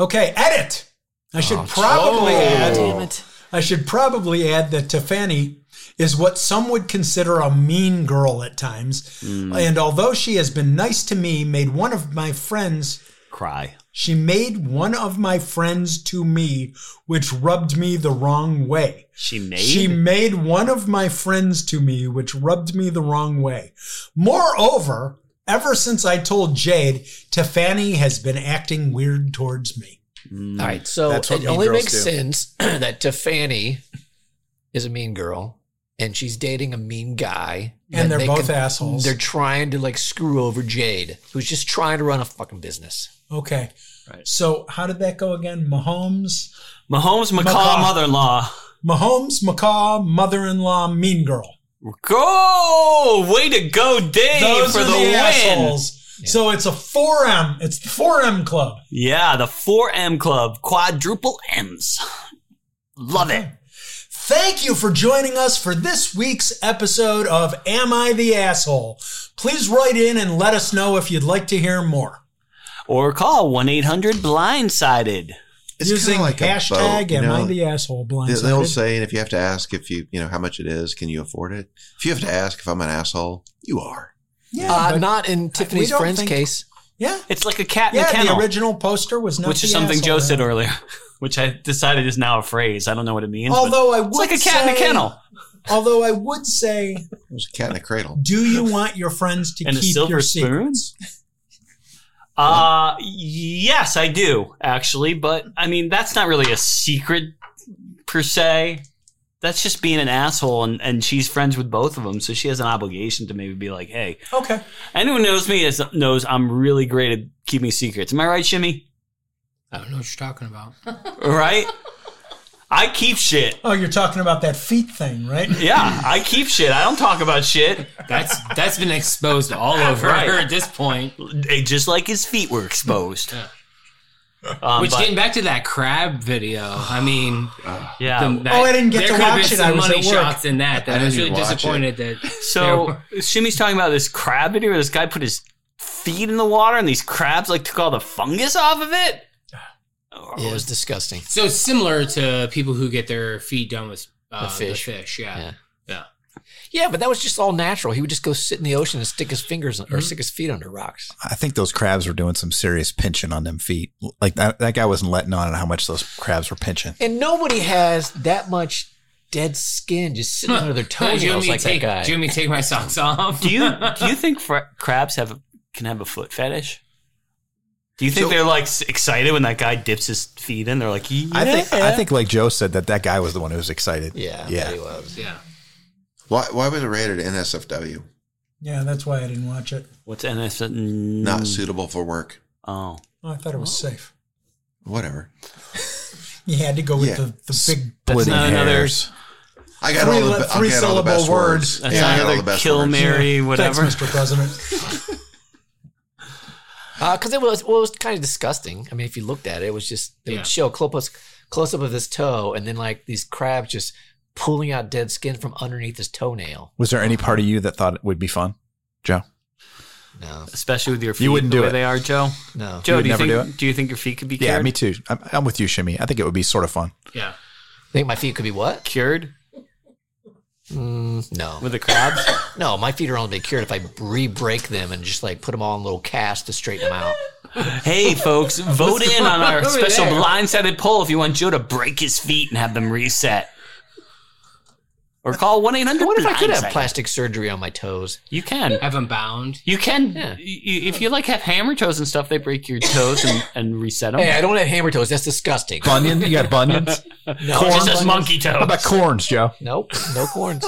[SPEAKER 3] Okay, edit. I should
[SPEAKER 7] Oh,
[SPEAKER 3] probably add.
[SPEAKER 6] Damn it.
[SPEAKER 3] I should probably add that Tefani is what some would consider a mean girl at times, and although she has been nice to me, made one of my friends.
[SPEAKER 1] Cry.
[SPEAKER 3] She made one of my friends to me, which rubbed me the wrong way.
[SPEAKER 1] She made.
[SPEAKER 3] She made one of my friends to me, which rubbed me the wrong way. Moreover, ever since I told Jade, Tefani has been acting weird towards me.
[SPEAKER 7] all
[SPEAKER 3] Mm.
[SPEAKER 7] right. So
[SPEAKER 2] That's what
[SPEAKER 7] it
[SPEAKER 2] mean
[SPEAKER 7] only
[SPEAKER 2] girls
[SPEAKER 7] makes
[SPEAKER 2] do.
[SPEAKER 7] sense <clears throat> that Tiffany is a mean girl, and she's dating a mean guy,
[SPEAKER 3] And they're
[SPEAKER 7] they
[SPEAKER 3] both
[SPEAKER 7] can-
[SPEAKER 3] assholes.
[SPEAKER 7] They're trying to like screw over Jade, who's just trying to run a fucking business.
[SPEAKER 3] Okay.
[SPEAKER 1] Right.
[SPEAKER 3] So how did that go again? Mahomes,
[SPEAKER 1] Mahomes McCall,
[SPEAKER 3] McCaw.
[SPEAKER 1] mother-in-law.
[SPEAKER 3] Mahomes, McCaw, mother-in-law, mean girl.
[SPEAKER 1] Go! Way to go, Dave,
[SPEAKER 3] Those
[SPEAKER 1] for
[SPEAKER 3] are
[SPEAKER 1] the,
[SPEAKER 3] the,
[SPEAKER 1] win.
[SPEAKER 3] assholes. So it's a 4M. It's the 4M club.
[SPEAKER 1] Yeah, the 4M Club, quadruple M's. Love it.
[SPEAKER 3] Uh-huh. Thank you for joining us for this week's episode of Am I the Asshole? Please write in and let us know if you'd like to hear more.
[SPEAKER 1] Or call 1 800 Blindsided.
[SPEAKER 4] It's
[SPEAKER 3] Using
[SPEAKER 4] kinda like a
[SPEAKER 3] hashtag
[SPEAKER 4] boat, you
[SPEAKER 3] Am I
[SPEAKER 4] know?
[SPEAKER 3] the Asshole
[SPEAKER 4] They- They'll
[SPEAKER 3] blindsided.
[SPEAKER 4] say, and if you have to ask if you, you know, how much it is, can you afford it? If you have to ask if I'm an asshole, you are.
[SPEAKER 3] Yeah,
[SPEAKER 7] uh,
[SPEAKER 3] but-
[SPEAKER 7] not in Tiffany's
[SPEAKER 3] don't
[SPEAKER 7] friend's
[SPEAKER 3] think-
[SPEAKER 7] case.
[SPEAKER 3] yeah,
[SPEAKER 1] It's like a cat in
[SPEAKER 3] yeah.
[SPEAKER 1] a kennel,
[SPEAKER 3] The original poster was not
[SPEAKER 1] which is
[SPEAKER 3] the
[SPEAKER 1] something
[SPEAKER 3] asshole
[SPEAKER 1] Joe said
[SPEAKER 3] ad.
[SPEAKER 1] earlier, <laughs> which I decided is now a phrase. I don't know what it means. but
[SPEAKER 3] Although uh, I would
[SPEAKER 1] it's like a cat in a
[SPEAKER 3] say-
[SPEAKER 1] kennel
[SPEAKER 3] Although I would say,
[SPEAKER 4] It was a cat in a cradle.
[SPEAKER 3] do you want your friends to
[SPEAKER 1] <laughs> and a
[SPEAKER 3] keep
[SPEAKER 1] silver
[SPEAKER 3] your
[SPEAKER 1] spoon.
[SPEAKER 3] secrets?
[SPEAKER 1] Uh, yes, I do, actually. But I mean, that's not really a secret per se. That's just being an asshole, and, and she's friends with both of them, so she has an obligation to maybe be like, hey,
[SPEAKER 3] Okay.
[SPEAKER 1] Anyone who knows me is, knows I'm really great at keeping secrets. Am I right, Shimmy?
[SPEAKER 5] I don't know what you're talking about.
[SPEAKER 1] Right? I keep shit.
[SPEAKER 3] Oh, you're talking about that feet thing, right?
[SPEAKER 1] Yeah, I keep shit. I don't talk about shit.
[SPEAKER 5] That's that's been exposed all over
[SPEAKER 1] Right.
[SPEAKER 5] her at this point.
[SPEAKER 1] Eh, Just like his feet were exposed.
[SPEAKER 5] Yeah.
[SPEAKER 1] Um,
[SPEAKER 5] Which
[SPEAKER 1] but-
[SPEAKER 5] getting back to that crab video, I mean,
[SPEAKER 1] yeah.
[SPEAKER 5] the- that-
[SPEAKER 3] I didn't get
[SPEAKER 5] there
[SPEAKER 3] to
[SPEAKER 5] could've
[SPEAKER 3] watch
[SPEAKER 5] been
[SPEAKER 3] it. I
[SPEAKER 5] some
[SPEAKER 3] was
[SPEAKER 5] money
[SPEAKER 3] at work.
[SPEAKER 5] shots in that.
[SPEAKER 4] I
[SPEAKER 5] That I was
[SPEAKER 4] didn't
[SPEAKER 5] really
[SPEAKER 4] watch it.
[SPEAKER 5] disappointed that.
[SPEAKER 1] so Shimmy's talking about this crab video where this guy put his feet in the water and these crabs like took all the fungus off of it.
[SPEAKER 7] Yeah, Oh, it was disgusting.
[SPEAKER 5] So it's similar to people who get their feet done with uh,
[SPEAKER 7] The fish.
[SPEAKER 5] The fish yeah. <laughs>
[SPEAKER 7] Yeah.
[SPEAKER 5] Yeah.
[SPEAKER 7] Yeah, but that was just all natural. He would just go sit in the ocean and stick his fingers
[SPEAKER 5] Mm-hmm.
[SPEAKER 7] or stick his feet under rocks.
[SPEAKER 2] I think those crabs were doing some serious pinching on them feet. Like that, that guy wasn't letting on how much those crabs were pinching.
[SPEAKER 7] And nobody has that much dead skin just sitting under their toenails
[SPEAKER 5] Jimmy,
[SPEAKER 7] like that
[SPEAKER 5] take,
[SPEAKER 7] guy.
[SPEAKER 5] Jimmy, take my socks off. <laughs>
[SPEAKER 1] Do you do you think fra- crabs have can have a foot fetish? Do you think
[SPEAKER 4] So-
[SPEAKER 1] they're like s- excited when that guy dips his feet in? They're like, yeah.
[SPEAKER 2] I think, I think, like Joe said, that that guy was the one who was excited.
[SPEAKER 7] yeah, yeah,
[SPEAKER 2] yeah.
[SPEAKER 7] he was.
[SPEAKER 5] yeah.
[SPEAKER 4] Why, why was it rated NSFW?
[SPEAKER 3] Yeah, that's why I didn't watch it.
[SPEAKER 1] what's NS? Hmm.
[SPEAKER 4] Not suitable for work.
[SPEAKER 1] Oh,
[SPEAKER 3] Oh, I thought it was safe.
[SPEAKER 4] Whatever.
[SPEAKER 3] You had to go with
[SPEAKER 4] Yeah.
[SPEAKER 3] the, the big.
[SPEAKER 1] that's
[SPEAKER 2] Splitting
[SPEAKER 1] not another.
[SPEAKER 2] hairs.
[SPEAKER 4] I got
[SPEAKER 3] Three
[SPEAKER 4] all the
[SPEAKER 3] le-
[SPEAKER 4] be- I
[SPEAKER 3] three
[SPEAKER 4] got all the
[SPEAKER 3] syllable
[SPEAKER 4] best
[SPEAKER 3] words.
[SPEAKER 4] words.
[SPEAKER 1] That's
[SPEAKER 4] Yeah, I got all the
[SPEAKER 1] either
[SPEAKER 4] best
[SPEAKER 1] kill
[SPEAKER 4] words.
[SPEAKER 1] Mary, whatever.
[SPEAKER 3] Thanks, Mr. President.
[SPEAKER 7] Because Uh, it was well, it was kind of disgusting. I mean, if you looked at it, it was just they
[SPEAKER 5] Yeah.
[SPEAKER 7] would show close close up of his toe, and then like these crabs just pulling out dead skin from underneath his toenail.
[SPEAKER 2] Was there any part of you that thought it would be fun, Joe?
[SPEAKER 7] No,
[SPEAKER 1] Especially with your feet.
[SPEAKER 2] wouldn't
[SPEAKER 1] the
[SPEAKER 2] do
[SPEAKER 1] way
[SPEAKER 2] it.
[SPEAKER 1] They are Joe.
[SPEAKER 7] no.
[SPEAKER 1] Joe,
[SPEAKER 2] would
[SPEAKER 1] do you
[SPEAKER 2] never
[SPEAKER 1] think?
[SPEAKER 2] do
[SPEAKER 1] Do, you think your feet could be
[SPEAKER 2] Yeah,
[SPEAKER 1] cured?
[SPEAKER 2] me too. I'm, I'm with you, Shimmy. I think it would be sort of fun.
[SPEAKER 5] Yeah.
[SPEAKER 7] think my feet could be what?
[SPEAKER 1] Cured
[SPEAKER 7] Mm, no,
[SPEAKER 1] with the crabs?
[SPEAKER 7] no. My feet are only cured if I re-break them and just like put them all in little casts to straighten them
[SPEAKER 1] <laughs>
[SPEAKER 7] out.
[SPEAKER 1] hey,
[SPEAKER 7] <laughs>
[SPEAKER 1] folks, vote in on our
[SPEAKER 5] over
[SPEAKER 1] special
[SPEAKER 5] there?
[SPEAKER 1] blindsided poll if you want Joe to break his feet and have them reset, or call one eight hundred.
[SPEAKER 7] What if I could have plastic surgery on my toes?
[SPEAKER 1] You can.
[SPEAKER 5] Have them bound.
[SPEAKER 1] You can.
[SPEAKER 7] Yeah.
[SPEAKER 1] You, if you like have hammer toes and stuff, they break your toes and, and reset them.
[SPEAKER 7] Hey, I don't have hammer toes. That's disgusting.
[SPEAKER 2] Bunion? You got <laughs> bunions?
[SPEAKER 7] No,
[SPEAKER 1] Or
[SPEAKER 7] just
[SPEAKER 1] just as monkey
[SPEAKER 2] How
[SPEAKER 1] toes.
[SPEAKER 2] about corns, Joe?
[SPEAKER 7] Nope, no corns.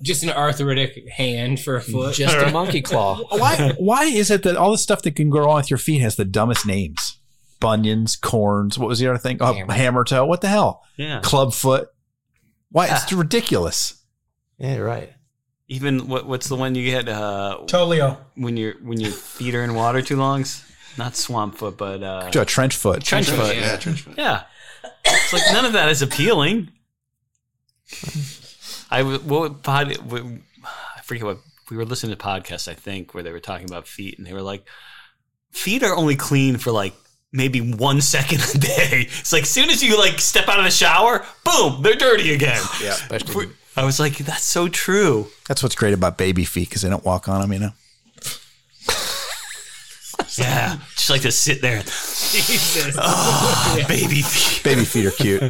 [SPEAKER 5] Just an arthritic hand for a foot.
[SPEAKER 7] just
[SPEAKER 5] <laughs>
[SPEAKER 7] a monkey claw.
[SPEAKER 2] Why? Why is it that all the stuff that can go wrong with your feet has the dumbest names? Bunions, corns. What was the other thing? Oh,
[SPEAKER 7] Hammer.
[SPEAKER 2] hammer, toe. What the hell?
[SPEAKER 1] Yeah.
[SPEAKER 2] Club foot. Why? It's ridiculous.
[SPEAKER 7] Yeah, you're right.
[SPEAKER 1] Even what? What's the one you get uh,
[SPEAKER 3] Tolio.
[SPEAKER 1] when your when your feet are in water too long? S- Not swamp foot, but uh,
[SPEAKER 2] Joe, trench foot.
[SPEAKER 1] trench
[SPEAKER 4] Trench,
[SPEAKER 1] foot.
[SPEAKER 4] yeah, trench
[SPEAKER 3] <laughs>
[SPEAKER 4] foot.
[SPEAKER 1] Yeah. It's like none of that is appealing. I w- what pod w- I forget what we were listening to podcasts I think where they were talking about feet and they were like feet are only clean for like maybe 1 second a day. It's like soon as you like step out of the shower, boom, they're dirty again.
[SPEAKER 2] Yeah.
[SPEAKER 7] Especially
[SPEAKER 1] I was like that's so true.
[SPEAKER 2] That's what's great about baby feet because they don't walk on them. You know.
[SPEAKER 1] Yeah. Just like to sit there.
[SPEAKER 5] Jesus.
[SPEAKER 1] Baby feet.
[SPEAKER 2] Baby feet are cute.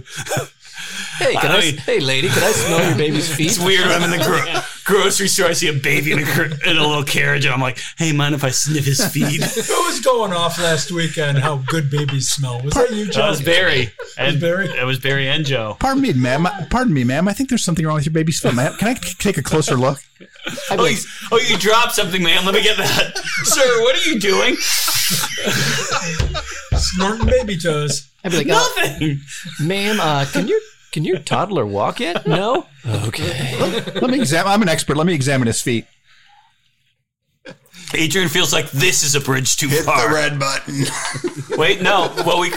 [SPEAKER 7] hey, can I,
[SPEAKER 1] I mean-
[SPEAKER 7] hey, lady, can I smell your baby's feet?
[SPEAKER 1] It's weird when I'm in the gro- grocery store. I see a baby in a, cr- in a little carriage, and I'm like, "Hey, mind if I sniff his feet?"
[SPEAKER 3] Who was going off last week on how good babies smell? Was that you,
[SPEAKER 1] That
[SPEAKER 3] Joe?
[SPEAKER 1] was Barry. And
[SPEAKER 3] Barry?
[SPEAKER 1] It was Barry and Joe.
[SPEAKER 2] <laughs> Pardon me, ma'am. I- Pardon me, ma'am. I think there's something wrong with your baby's foot. Ma'am, can I c- take a closer look?
[SPEAKER 7] I
[SPEAKER 1] Oh,
[SPEAKER 7] mean,
[SPEAKER 1] you, oh, you dropped something, man. Let me get that. <laughs> Sir, what are you doing?
[SPEAKER 3] Snorting baby toes.
[SPEAKER 7] I'd be like, uh,
[SPEAKER 1] Nothing.
[SPEAKER 7] ma'am, uh, can your can your toddler walk yet? No. Okay.
[SPEAKER 2] Let me examine. I'm an expert. Let me examine his feet.
[SPEAKER 1] Adrian feels like this is a bridge too
[SPEAKER 4] Hit the
[SPEAKER 1] far.
[SPEAKER 4] red button.
[SPEAKER 1] Wait, no. Well, we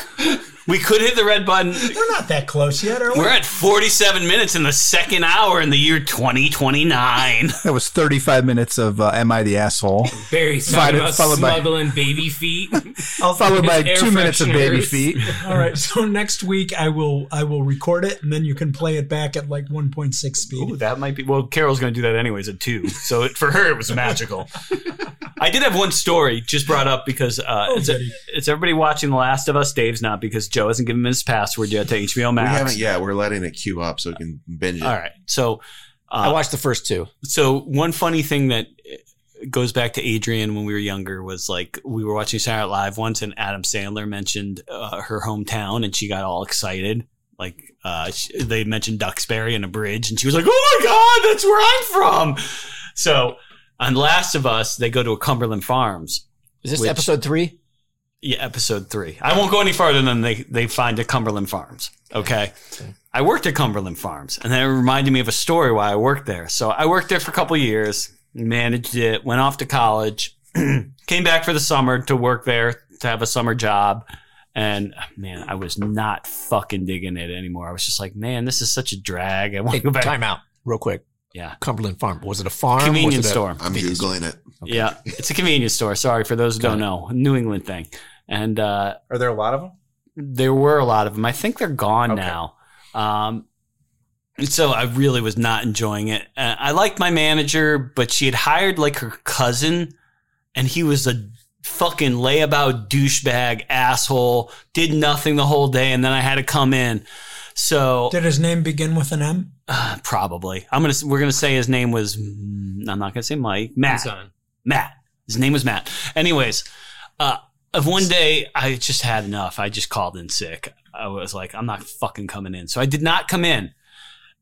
[SPEAKER 1] we could hit the red button.
[SPEAKER 3] We're not that close yet, are we?
[SPEAKER 1] We're at 47 minutes in the second hour in the year 2029.
[SPEAKER 2] That was 35 minutes of uh, "Am I the Asshole?"
[SPEAKER 5] Barry's talking
[SPEAKER 2] Find it,
[SPEAKER 5] about
[SPEAKER 2] followed by-
[SPEAKER 5] smuggling baby feet.
[SPEAKER 2] followed by
[SPEAKER 5] Air
[SPEAKER 2] two minutes of baby
[SPEAKER 5] fresheners.
[SPEAKER 2] feet.
[SPEAKER 3] All right. So <laughs> next week I will I will record it and then you can play it back at like 1.6 speed.
[SPEAKER 1] Ooh, that might be. Well, Carol's going to do that anyways at two. So it, for her, it was magical. <laughs> I did have one story just brought up because uh,
[SPEAKER 3] Oh,
[SPEAKER 1] it's, a,
[SPEAKER 3] goody.
[SPEAKER 1] it's everybody watching The Last of Us. Dave's not because Joe hasn't given him his password yet to HBO
[SPEAKER 4] We
[SPEAKER 1] Max.
[SPEAKER 4] haven't. Yeah, we're letting it queue up so we can binge it.
[SPEAKER 1] All right. So,
[SPEAKER 7] I
[SPEAKER 1] uh,
[SPEAKER 7] watched the first two.
[SPEAKER 1] so one funny thing that eh, goes back to Adrian when we were younger was like we were watching Saturday Night Live once, and Adam Sandler mentioned uh, her hometown, and she got all excited. Like uh, sh they mentioned Duxbury and a bridge, and she was like, "Oh my god, that's where I'm from!" So on Last of Us, they go to a Cumberland Farms.
[SPEAKER 7] Is this
[SPEAKER 1] Which-
[SPEAKER 7] episode three?
[SPEAKER 1] Yeah, episode three. I won't go any farther than they they find a Cumberland Farms. Okay. I worked at Cumberland Farms, and that reminded me of a story why I worked there. So I worked there for a couple years, managed it, went off to college, <clears throat> came back for the summer to work there to have a summer job. And man, I was not fucking digging it anymore. I was just like, man, this is such a drag. I want
[SPEAKER 7] Hey,
[SPEAKER 1] to go back.
[SPEAKER 7] time out, real quick.
[SPEAKER 1] Yeah.
[SPEAKER 7] Cumberland Farm. Was it a farm? Was
[SPEAKER 1] Convenience
[SPEAKER 7] it a-
[SPEAKER 1] store.
[SPEAKER 4] I'm googling it.
[SPEAKER 1] Yeah, it's a convenience store. Sorry for those who don't know, New England thing. And uh,
[SPEAKER 2] Are there a lot of them?
[SPEAKER 1] there were a lot of them. I think they're gone
[SPEAKER 2] Okay.
[SPEAKER 1] now. Um, and so I really was not enjoying it. Uh, I liked my manager, but she had hired like her cousin, and he was a fucking layabout douchebag asshole. Did nothing the whole day, and then I had to come in. So
[SPEAKER 3] Did his name begin with an M?
[SPEAKER 1] uh, <sighs> probably I'm gonna we're gonna say his name was mm, I'm not gonna say Mike Matt
[SPEAKER 5] It's on.
[SPEAKER 1] Matt. His name was Matt. Anyways, uh, of one day, I just had enough. I just called in sick. I was like, I'm not fucking coming in. So I did not come in.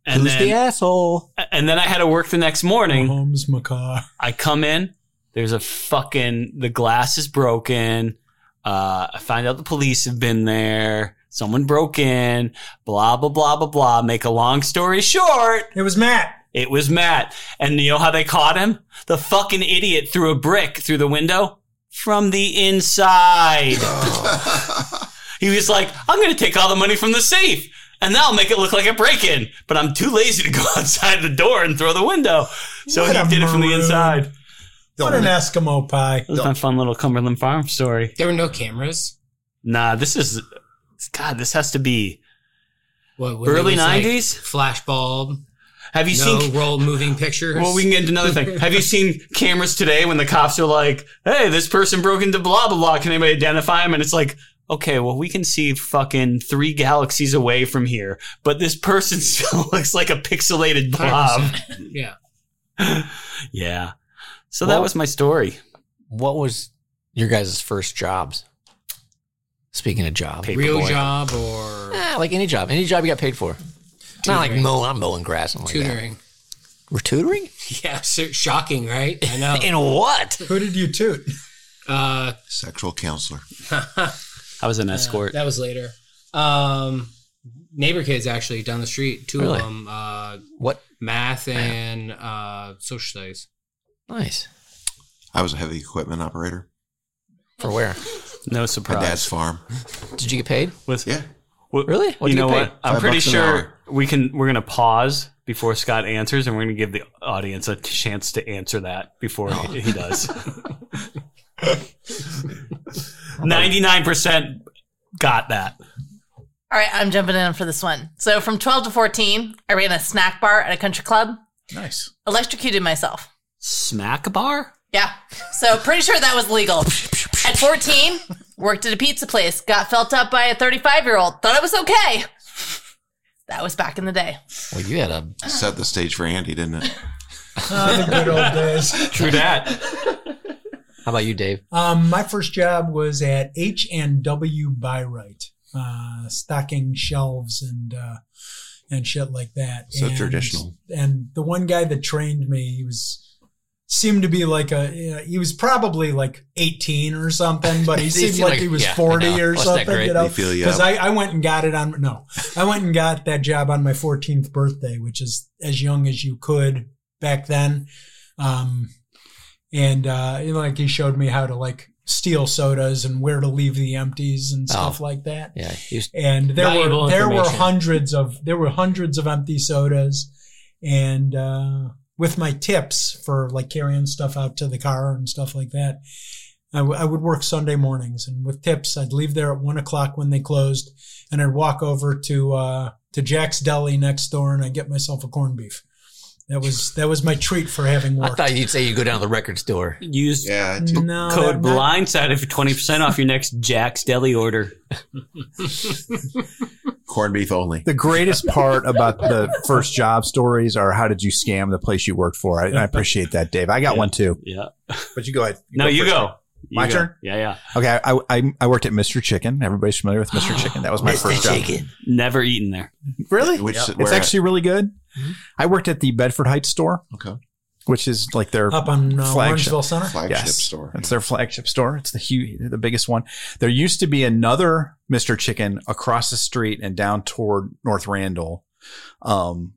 [SPEAKER 1] And
[SPEAKER 7] Who's the
[SPEAKER 1] then,
[SPEAKER 7] asshole?
[SPEAKER 1] and then I had to work the next morning.
[SPEAKER 3] Holmes Macaw.
[SPEAKER 1] I come in. There's a fucking the glass is broken. Uh, Uh, I find out the police have been there. Someone broke in. Blah blah blah blah blah. Make a long story short,
[SPEAKER 3] It was Matt.
[SPEAKER 1] it was Matt. And you know how they caught him? The fucking idiot threw a brick through the window from the inside. he was like, I'm going to take all the money from the safe and that'll make it look like a break in. But I'm too lazy to go <laughs> outside the door and throw the window. So
[SPEAKER 3] What
[SPEAKER 1] he
[SPEAKER 3] a
[SPEAKER 1] did it from the
[SPEAKER 3] maroon.
[SPEAKER 1] inside.
[SPEAKER 3] What an Eskimo pie.
[SPEAKER 1] That was my fun little Cumberland Farm story.
[SPEAKER 5] There were no cameras.
[SPEAKER 1] Nah, this is, God, this has to be.
[SPEAKER 5] What, when
[SPEAKER 1] Early
[SPEAKER 5] it was, like,
[SPEAKER 1] 90s?
[SPEAKER 5] flash bulb.
[SPEAKER 1] Have you
[SPEAKER 5] no <laughs>
[SPEAKER 1] seen
[SPEAKER 5] roll moving pictures.
[SPEAKER 1] Well, <laughs> we can get into another thing. Have you seen cameras today when the cops are like, "Hey, this person broke into blah blah blah. Can anybody identify him?" And it's like, okay, well, we can see fucking three galaxies away from here, but this person <laughs> still looks like a pixelated blob.
[SPEAKER 5] 100%. yeah.
[SPEAKER 1] Yeah. So that
[SPEAKER 7] Well-
[SPEAKER 1] was my story.
[SPEAKER 7] What was your guys' first jobs? Speaking of job,
[SPEAKER 1] Paper
[SPEAKER 5] Real
[SPEAKER 1] boy.
[SPEAKER 5] job or
[SPEAKER 7] <laughs> Eh, like any job, any job you got paid for. Not like
[SPEAKER 5] Tutoring.
[SPEAKER 7] mowing. I'm mowing grass. I'm like that.
[SPEAKER 1] <laughs>
[SPEAKER 5] tutoring.
[SPEAKER 7] We're tutoring
[SPEAKER 5] Yeah, so- shocking, right? I know.
[SPEAKER 7] <laughs> in what?
[SPEAKER 3] Who did you toot?
[SPEAKER 5] uh,
[SPEAKER 4] Sexual counselor.
[SPEAKER 1] I was an escort.
[SPEAKER 5] that was later. Um, neighbor kids actually down the street, two
[SPEAKER 7] Really?
[SPEAKER 5] of them, uh,
[SPEAKER 7] What?
[SPEAKER 5] math and uh, social studies.
[SPEAKER 7] Nice.
[SPEAKER 4] I was a heavy equipment operator.
[SPEAKER 7] For where?
[SPEAKER 1] no
[SPEAKER 4] My dad's
[SPEAKER 1] surprise.
[SPEAKER 4] farm.
[SPEAKER 7] Did you get paid?
[SPEAKER 1] Was-
[SPEAKER 3] <laughs>
[SPEAKER 4] Yeah.
[SPEAKER 1] w-
[SPEAKER 7] Really? What'd
[SPEAKER 1] you
[SPEAKER 7] you
[SPEAKER 1] know
[SPEAKER 7] pay?
[SPEAKER 1] what? I'm
[SPEAKER 4] Five
[SPEAKER 1] pretty
[SPEAKER 4] bucks an
[SPEAKER 1] sure
[SPEAKER 4] hour.
[SPEAKER 1] we can. We're gonna pause before Scott answers, and we're gonna give the audience a chance to answer that before
[SPEAKER 7] Oh.
[SPEAKER 1] he he
[SPEAKER 7] <laughs>
[SPEAKER 1] does. Ninety-nine percent got that.
[SPEAKER 6] All right, I'm jumping in for this one. So from 12 to 14, I ran a snack bar at a country club,
[SPEAKER 2] Nice.
[SPEAKER 6] electrocuted myself.
[SPEAKER 1] Smack bar.
[SPEAKER 6] Yeah. So pretty sure that was legal. At 14, worked at a pizza place, got felt up by a 35 year old, thought it was okay. That was back in the day.
[SPEAKER 7] Well, you had a
[SPEAKER 4] Set the stage for Andy, didn't it?
[SPEAKER 3] Ah, the good old days.
[SPEAKER 1] True that.
[SPEAKER 7] How about you, Dave?
[SPEAKER 3] Um, my first job was at H and W Byright, uh, stocking shelves and uh, and shit like that.
[SPEAKER 4] So
[SPEAKER 3] and,
[SPEAKER 4] traditional.
[SPEAKER 3] And the one guy that trained me, he was seemed to be like a you know, he was probably like 18 or something, but
[SPEAKER 7] <laughs>
[SPEAKER 3] he
[SPEAKER 7] He
[SPEAKER 3] seemed
[SPEAKER 7] seemed
[SPEAKER 3] like,
[SPEAKER 7] like-
[SPEAKER 3] he was
[SPEAKER 7] yeah,
[SPEAKER 3] 40
[SPEAKER 7] I know.
[SPEAKER 3] or
[SPEAKER 7] Wasn't that
[SPEAKER 3] something.
[SPEAKER 7] great?
[SPEAKER 3] You know,
[SPEAKER 4] They feel you
[SPEAKER 3] because
[SPEAKER 4] up.
[SPEAKER 3] I, I went and got it on no, I went and got that job on my 14th birthday, which is as young as you could back then. Um, and uh, you know, like he showed me how to like steal sodas and where to leave the empties and stuff
[SPEAKER 7] Oh.
[SPEAKER 3] like that
[SPEAKER 7] Yeah, he was
[SPEAKER 3] and there
[SPEAKER 5] Valuable
[SPEAKER 3] were there were
[SPEAKER 5] information.
[SPEAKER 3] hundreds of there were hundreds of empty sodas and uh with my tips for like carrying stuff out to the car and stuff like that I, w- I would work sunday mornings and with tips i'd leave there at one o'clock when they closed and i'd walk over to uh to jack's deli next door and i'd get myself a corned beef that was that was my treat for having
[SPEAKER 7] I
[SPEAKER 3] worked
[SPEAKER 7] thought you'd say you go down to the record store.
[SPEAKER 1] Use
[SPEAKER 4] Yeah. I do.
[SPEAKER 3] no,
[SPEAKER 1] code
[SPEAKER 3] that- that-
[SPEAKER 1] blindsided for twenty percent off your next Jack's Deli order.
[SPEAKER 4] Corned beef only.
[SPEAKER 2] The greatest part about the first job stories are how did you scam the place you worked for? I, and I appreciate that, Dave. I got one too.
[SPEAKER 1] Yeah.
[SPEAKER 2] But you go ahead.
[SPEAKER 1] No, you
[SPEAKER 2] first.
[SPEAKER 1] go. You
[SPEAKER 2] My
[SPEAKER 1] go.
[SPEAKER 2] turn?
[SPEAKER 1] Yeah, yeah.
[SPEAKER 2] Okay, I, I I worked at Mr. Chicken. Everybody's familiar with Mr. Chicken. That was my first job.
[SPEAKER 1] Never eaten there.
[SPEAKER 2] Really?
[SPEAKER 4] Which where
[SPEAKER 2] It's
[SPEAKER 4] at?
[SPEAKER 2] actually really good. I worked at the Bedford Heights store,
[SPEAKER 4] okay.
[SPEAKER 2] which is like their
[SPEAKER 3] up on uh,
[SPEAKER 2] Flagship.
[SPEAKER 3] Orangeville Center.
[SPEAKER 4] flagship store.
[SPEAKER 2] It's their flagship store. It's the huge, the biggest one. There used to be another Mr. Chicken across the street and down toward North Randall. Um,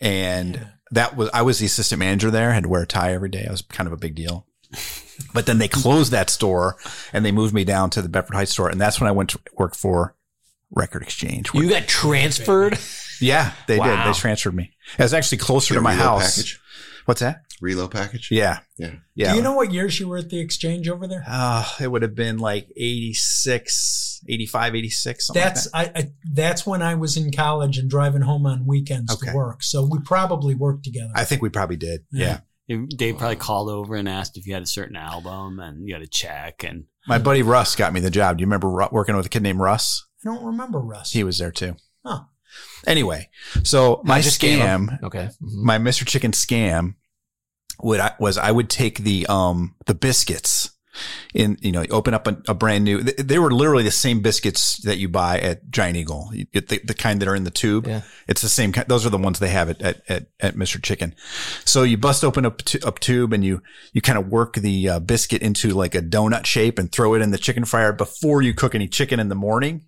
[SPEAKER 2] and that was I was the assistant manager there. I had to wear a tie every day. I was kind of a big deal.
[SPEAKER 7] <laughs>
[SPEAKER 2] But then they closed that store and they moved me down to the Bedford Heights store, and that's when I went to work for Record Exchange.
[SPEAKER 7] You got transferred?
[SPEAKER 2] yeah, they
[SPEAKER 7] Wow.
[SPEAKER 2] did. They transferred me. It was actually closer
[SPEAKER 4] Get
[SPEAKER 2] to my
[SPEAKER 4] reload
[SPEAKER 2] house.
[SPEAKER 4] Package.
[SPEAKER 2] What's that?
[SPEAKER 4] Reload package.
[SPEAKER 2] Yeah,
[SPEAKER 4] Yeah.
[SPEAKER 2] yeah.
[SPEAKER 3] Do you know what years you were at the exchange over there?
[SPEAKER 2] uh, it would have been like 86, 85, 86. something like
[SPEAKER 3] That's I, I. That's when I was in college and driving home on weekends
[SPEAKER 2] Okay.
[SPEAKER 3] to work. So we probably worked together.
[SPEAKER 2] that. I think we probably did. Yeah.
[SPEAKER 3] Yeah.
[SPEAKER 1] Dave probably called over and asked if you had a certain album and you had a check and
[SPEAKER 2] My buddy Russ got me the job. Do you remember Ru- working with a kid named Russ?
[SPEAKER 3] I don't remember Russ.
[SPEAKER 2] He was there too.
[SPEAKER 3] Huh.
[SPEAKER 2] Anyway, so my
[SPEAKER 7] just gave him-
[SPEAKER 2] scam,
[SPEAKER 7] Okay. Mhm.
[SPEAKER 2] my Mr. Chicken scam would I, was I would take the um the biscuits in you know you open up a, a brand new they, they were literally the same biscuits that you buy at giant eagle You get the, the kind that are in the tube
[SPEAKER 7] Yeah.
[SPEAKER 2] it's the same kind those are the ones they have at at, at, at mr chicken so you bust open up t- up tube and you you kind of work the uh, biscuit into like a donut shape and throw it in the chicken fryer before you cook any chicken in the morning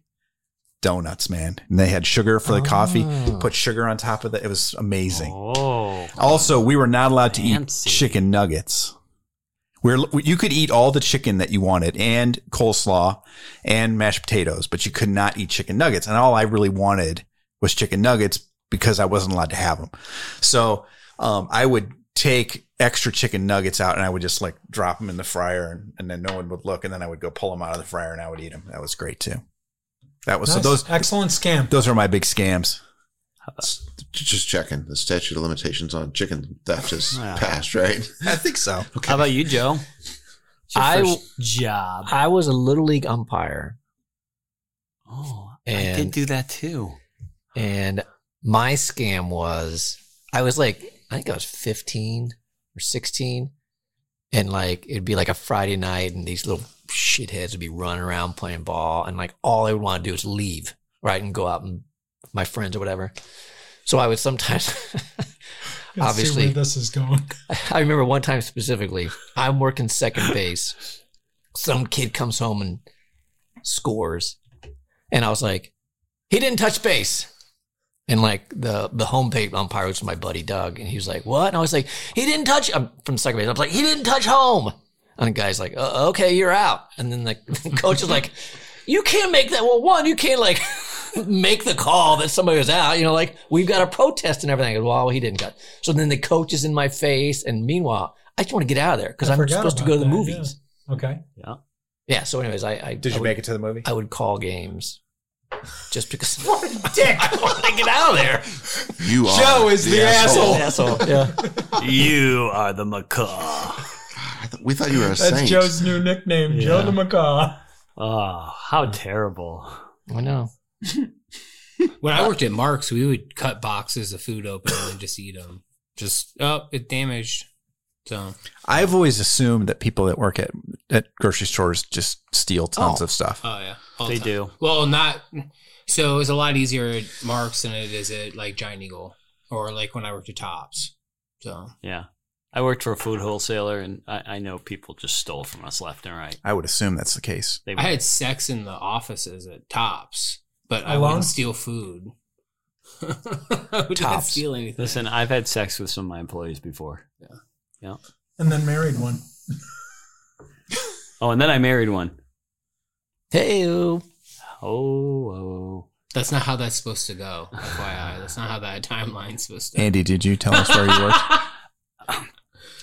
[SPEAKER 2] donuts man and they had sugar for the coffee
[SPEAKER 7] Oh.
[SPEAKER 2] put sugar on top of that it was amazing
[SPEAKER 1] Oh,
[SPEAKER 2] also, we were not allowed to
[SPEAKER 1] Fancy.
[SPEAKER 2] eat chicken nuggets. We're, you could eat all the chicken that you wanted and coleslaw and mashed potatoes, but you could not eat chicken nuggets. And all I really wanted was chicken nuggets because I wasn't allowed to have them. So um, I would take extra chicken nuggets out and I would just like drop them in the fryer and, and then no one would look. And then I would go pull them out of the fryer and I would eat them. That was great too. That was so
[SPEAKER 3] Nice.
[SPEAKER 2] those,
[SPEAKER 3] excellent scam.
[SPEAKER 2] those are my big scams.
[SPEAKER 4] Just checking. The statute of limitations on chicken theft has
[SPEAKER 1] Yeah.
[SPEAKER 4] passed, right?
[SPEAKER 2] I think so.
[SPEAKER 1] how about you, Joe? It's your
[SPEAKER 7] I
[SPEAKER 1] first
[SPEAKER 7] w-
[SPEAKER 1] job.
[SPEAKER 7] I was a little league umpire,
[SPEAKER 1] Oh, I
[SPEAKER 7] And-
[SPEAKER 1] did do that too.
[SPEAKER 7] and my scam was I was like I think I was fifteen or sixteen, and like it'd be like a Friday night, and these little shitheads would be running around playing ball, and like all they would want to do is leave, right, and go out and my friends or whatever. So I would sometimes. <laughs>
[SPEAKER 3] Let's see
[SPEAKER 7] Obviously.
[SPEAKER 3] where this is going.
[SPEAKER 7] I remember one time specifically, I'm working second base. Some kid comes home and scores. And I was like, he didn't touch base. And like the the home plate umpire was my buddy Doug, and he was like, "What?" And I was like, "He didn't touch." I'm from second base. I was like, "He didn't touch home." And the guy's like, uh, "Okay, you're out." And then like, the <laughs> coach is like, "You can't make that. Well, one, you can't like <laughs> make the call that somebody was out. You know, like we've got a protest and everything." I go, "Well, he didn't cut." So then the coach is in my face, and meanwhile, I just want to get out of there because
[SPEAKER 3] I
[SPEAKER 7] I'm
[SPEAKER 3] forgot
[SPEAKER 7] supposed to
[SPEAKER 3] about
[SPEAKER 7] go to the
[SPEAKER 3] that,
[SPEAKER 7] movies.
[SPEAKER 3] Okay.
[SPEAKER 7] Yeah. So, anyways, I, I
[SPEAKER 2] Did
[SPEAKER 7] I
[SPEAKER 2] you
[SPEAKER 7] would-
[SPEAKER 2] make it to the movie?
[SPEAKER 7] I would call games just because. <laughs>
[SPEAKER 3] Dick.
[SPEAKER 7] I want to get out of there.
[SPEAKER 4] You
[SPEAKER 3] <laughs>
[SPEAKER 4] are.
[SPEAKER 3] Joe is the asshole.
[SPEAKER 7] Asshole. Yeah.
[SPEAKER 1] you are the macaw.
[SPEAKER 4] I th- we thought you were a
[SPEAKER 3] That's
[SPEAKER 4] saint.
[SPEAKER 3] Joe's new nickname, Joe
[SPEAKER 1] Yeah.
[SPEAKER 3] the Macaw.
[SPEAKER 1] Oh, how terrible.
[SPEAKER 7] I know.
[SPEAKER 5] When I worked at Mark's, we would cut boxes of food open and then just eat them. Just oh, it damaged. So
[SPEAKER 2] I've always assumed that people that work at, at grocery stores just steal tons of stuff.
[SPEAKER 5] oh yeah, all the
[SPEAKER 1] They
[SPEAKER 5] time.
[SPEAKER 1] do.
[SPEAKER 5] Well, not so. It's a lot easier at Mark's than it is at like Giant Eagle or like when I worked at Tops. So
[SPEAKER 1] Yeah. I worked for a food wholesaler, and I, I know people just stole from us left and right.
[SPEAKER 2] I would assume that's the case.
[SPEAKER 1] They
[SPEAKER 5] I had sex in the offices at Tops, but I
[SPEAKER 3] How long?
[SPEAKER 5] wouldn't steal food. <laughs> I would not
[SPEAKER 7] Tops.
[SPEAKER 5] steal anything.
[SPEAKER 1] listen. I've had sex with some of my employees before.
[SPEAKER 3] And then married one.
[SPEAKER 1] Oh, and then I married one.
[SPEAKER 7] Hey,
[SPEAKER 1] Oh, oh.
[SPEAKER 5] That's not how that's supposed to go. FYI, that's not how that <laughs> timeline's supposed to.
[SPEAKER 2] Andy, did you tell us where you worked?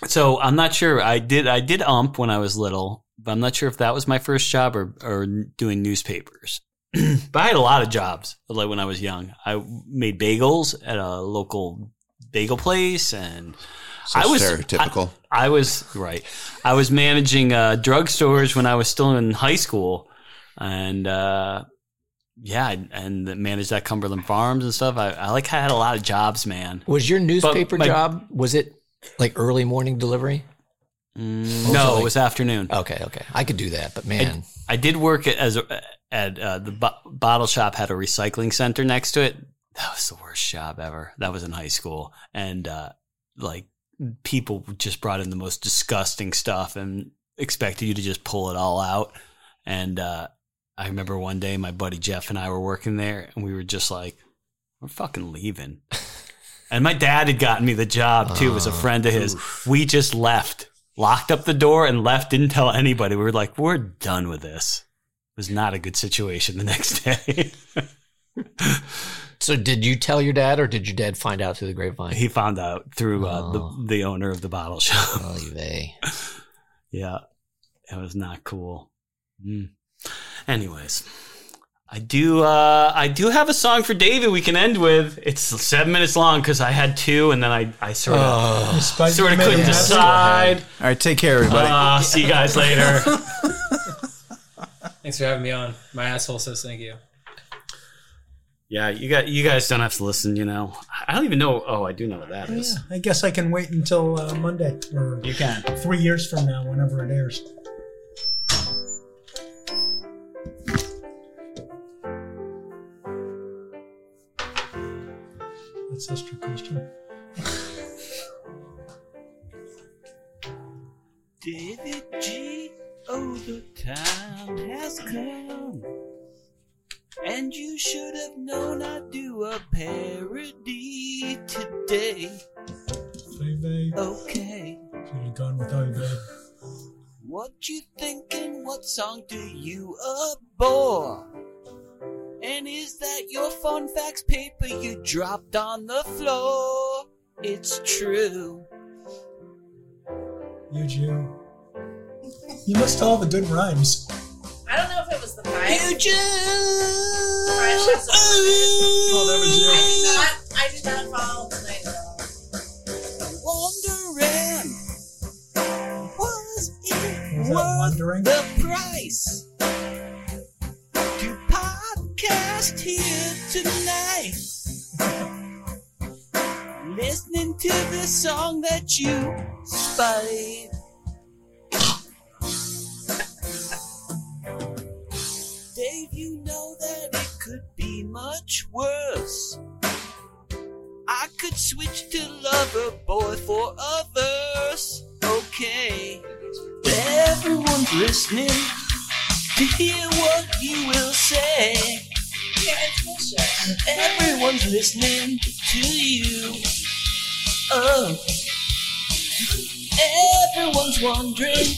[SPEAKER 1] So I'm not sure. I did. I did ump when I was little, but I'm not sure if that was my first job or or doing newspapers. <clears throat> but I had a lot of jobs. Like when I was young, I made bagels at a local bagel place, and
[SPEAKER 4] So
[SPEAKER 1] I was-
[SPEAKER 4] stereotypical.
[SPEAKER 1] I was right. I was managing uh, drugstores when I was still in high school, and uh, yeah, and- and managed at Cumberland Farms and stuff. I, I like had a lot of jobs, man.
[SPEAKER 7] was your newspaper
[SPEAKER 1] my-
[SPEAKER 7] job? Was it like early morning delivery?
[SPEAKER 1] Mm,
[SPEAKER 7] Also,
[SPEAKER 1] no,
[SPEAKER 7] like-
[SPEAKER 1] it was afternoon.
[SPEAKER 7] Okay, okay, I could do that, but man,
[SPEAKER 1] I did work at, as a, at uh, the bo- bottle shop had a recycling center next to it. That was the worst job ever. That was in high school, and uh, like people just brought in the most disgusting stuff and expected you to just pull it all out. And uh, I remember one day my buddy Jeff and I were working there, and we were just like, "We're fucking leaving." and my dad had gotten me the job too. was a
[SPEAKER 7] Ah,
[SPEAKER 1] friend of his. We just left locked up the door and left, didn't tell anybody. We were like, we're done with this. It was not a good situation the next <laughs> day.
[SPEAKER 7] so did you tell your dad, or did your dad find out through the grapevine?
[SPEAKER 1] he found out through uh,
[SPEAKER 7] Oh.
[SPEAKER 1] the, the owner of the bottle <laughs> shop.
[SPEAKER 7] Oh, you they.
[SPEAKER 1] yeah, it was not cool. Mm. Anyways, I do uh, I do have a song for David we can end with. It's seven minutes long because I had two and then I, I sort of
[SPEAKER 7] Oh,
[SPEAKER 3] Despite
[SPEAKER 1] sort of
[SPEAKER 3] the
[SPEAKER 1] couldn't
[SPEAKER 3] madness.
[SPEAKER 1] decide.
[SPEAKER 2] All right, take care, everybody.
[SPEAKER 1] Uh, see you guys later.
[SPEAKER 5] Thanks for having me on. My asshole says thank you.
[SPEAKER 1] yeah, you got you guys don't have to listen. You know, I don't even know. Oh, I do know what that is.
[SPEAKER 3] Yeah, I guess I can wait until uh, Monday or
[SPEAKER 1] You can.
[SPEAKER 3] three years from now, whenever it airs. That's such a question.
[SPEAKER 9] David G. Oh, the time has come. And you should have known I'd do a parody today.
[SPEAKER 3] Hey, babe.
[SPEAKER 9] Oh. Okay.
[SPEAKER 3] Should have gone with hey, babe.
[SPEAKER 9] What you thinking? What song do you abhor? And is that your fun facts paper you dropped on the floor? It's true.
[SPEAKER 3] You Jew. You must all the good rhymes.
[SPEAKER 6] I don't know if it was the pie.
[SPEAKER 9] You just.
[SPEAKER 6] Right, let's-
[SPEAKER 3] Oh, that was you.
[SPEAKER 6] I did not. I did not follow the night at
[SPEAKER 9] wondering was it
[SPEAKER 3] Was that
[SPEAKER 9] worth
[SPEAKER 3] wondering?
[SPEAKER 9] the price to podcast here tonight?
[SPEAKER 3] <laughs>
[SPEAKER 9] Listening to the song that you spied. Dave, you know that it could be much worse. I could switch to lover boy for a verse. Okay. Everyone's listening to hear what you will say. Everyone's listening to you. Oh. Everyone's wondering,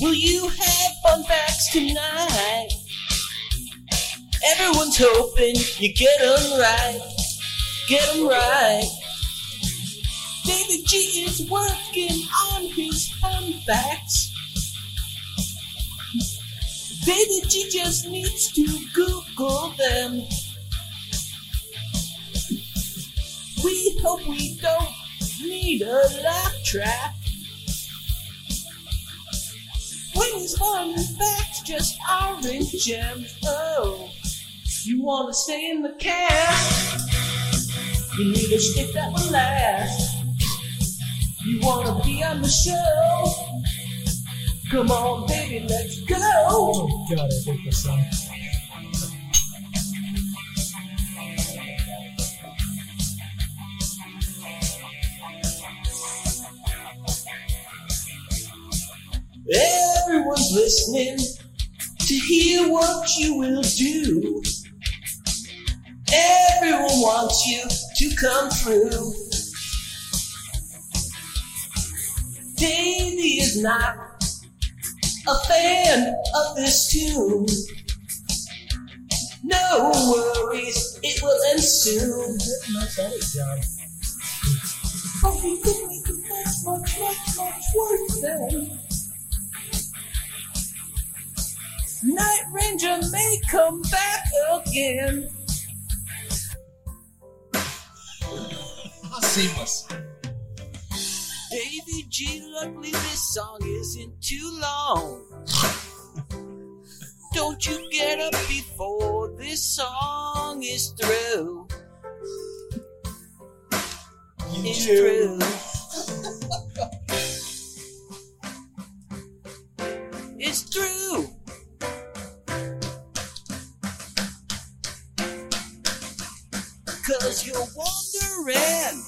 [SPEAKER 9] will you have fun facts tonight? Everyone's hoping you get 'em right get him right. David G is working on his fun facts. David G just needs to Google them. We hope we don't need a laugh track. When his fun facts just orange gems. Oh, you wanna stay in the cast? You need a stick that will last. You wanna be on the show? Come on, baby, let's go.
[SPEAKER 3] Oh God, I hate this song.
[SPEAKER 9] Everyone's listening to hear what you will do. Everyone wants you to come through. Davey is not a fan of this tune. No worries, it will end soon.
[SPEAKER 3] Nice edit, John.
[SPEAKER 9] But Oh, we could make it much, much, much, much worse then. Night Ranger may come back again.
[SPEAKER 10] Seamless.
[SPEAKER 9] Davy G, luckily this song isn't too long. Don't you get up before this song is through. It's true. it's true. Cause you're wondering.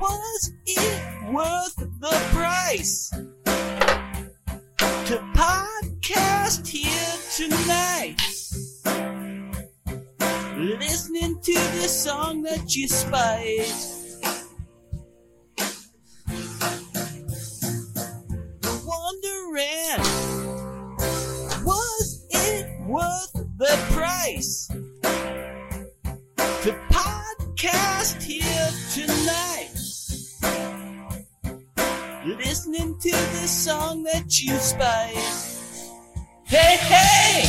[SPEAKER 9] Was it worth the price to podcast here tonight? Listening to the song that you spied. Wondering, was it worth the price to podcast here tonight? listening to the song that you spied. Hey, hey!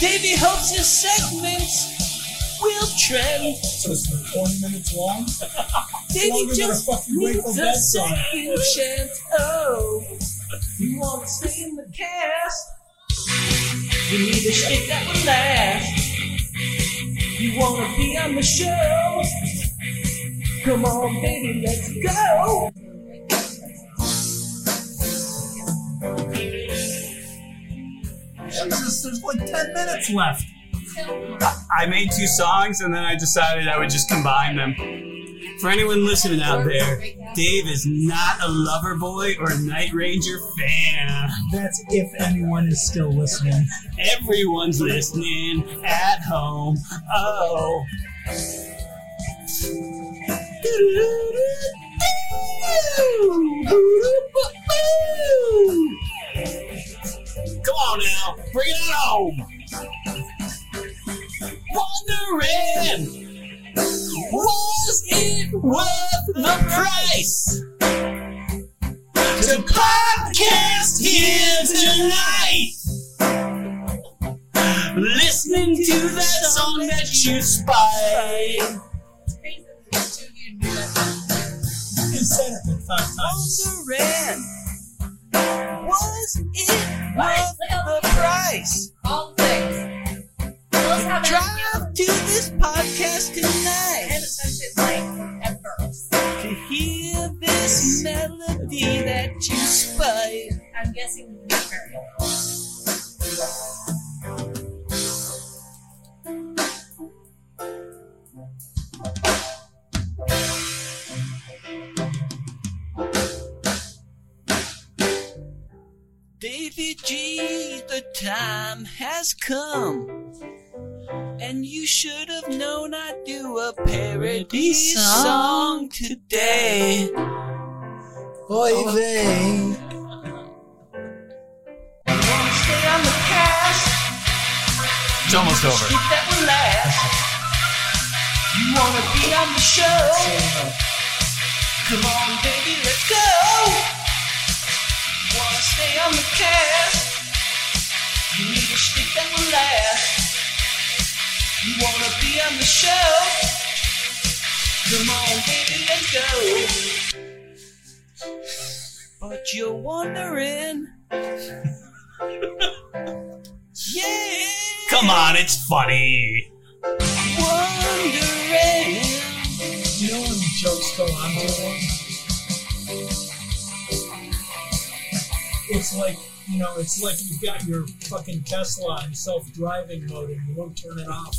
[SPEAKER 9] Davey hopes his segments will trend.
[SPEAKER 3] So it's been 20 minutes long.
[SPEAKER 9] Davey
[SPEAKER 3] Longer than a
[SPEAKER 9] just
[SPEAKER 3] fucking Grateful
[SPEAKER 9] needs a
[SPEAKER 3] Dead song.
[SPEAKER 9] second chance. Oh, you want to stay in the cast? You need a shit that will last. You want to be on the show? Come on, baby, let's go!
[SPEAKER 3] Jesus, there's like 10 minutes left.
[SPEAKER 9] I made two songs and then I decided I would just combine them. For anyone listening out there, Dave is not a lover boy or a Night Ranger fan.
[SPEAKER 3] That's if anyone is still listening.
[SPEAKER 9] Everyone's listening at home. Oh. Come on now, bring it home. Wondering, was it worth the price to podcast here tonight? Listening to that song that you spied.
[SPEAKER 3] You said it like five times.
[SPEAKER 9] Was it worth the price?
[SPEAKER 6] All the things. Let's have it.
[SPEAKER 9] Drive to this podcast tonight
[SPEAKER 6] And it's just it's like at first.
[SPEAKER 9] to hear this melody that you spied.
[SPEAKER 6] I'm guessing weaker.
[SPEAKER 11] Davy G, the time has come. And you should have known I'd do a parody song today.
[SPEAKER 3] Oy
[SPEAKER 11] Oh.
[SPEAKER 3] vey.
[SPEAKER 11] Wanna stay on the cast,
[SPEAKER 9] It's almost over.
[SPEAKER 11] keep that will last. You wanna be on the show? Come on, baby, let's go. Wanna stay on the cast? You need a stick that will last. You wanna be on the show? Come on, baby, let's go. But you're wondering. <laughs> yeah.
[SPEAKER 9] Come on, it's funny.
[SPEAKER 11] Wondering,
[SPEAKER 3] You know when the jokes go on too long? It's like, you know, it's like you've got your fucking Tesla in self driving mode and you won't turn it off.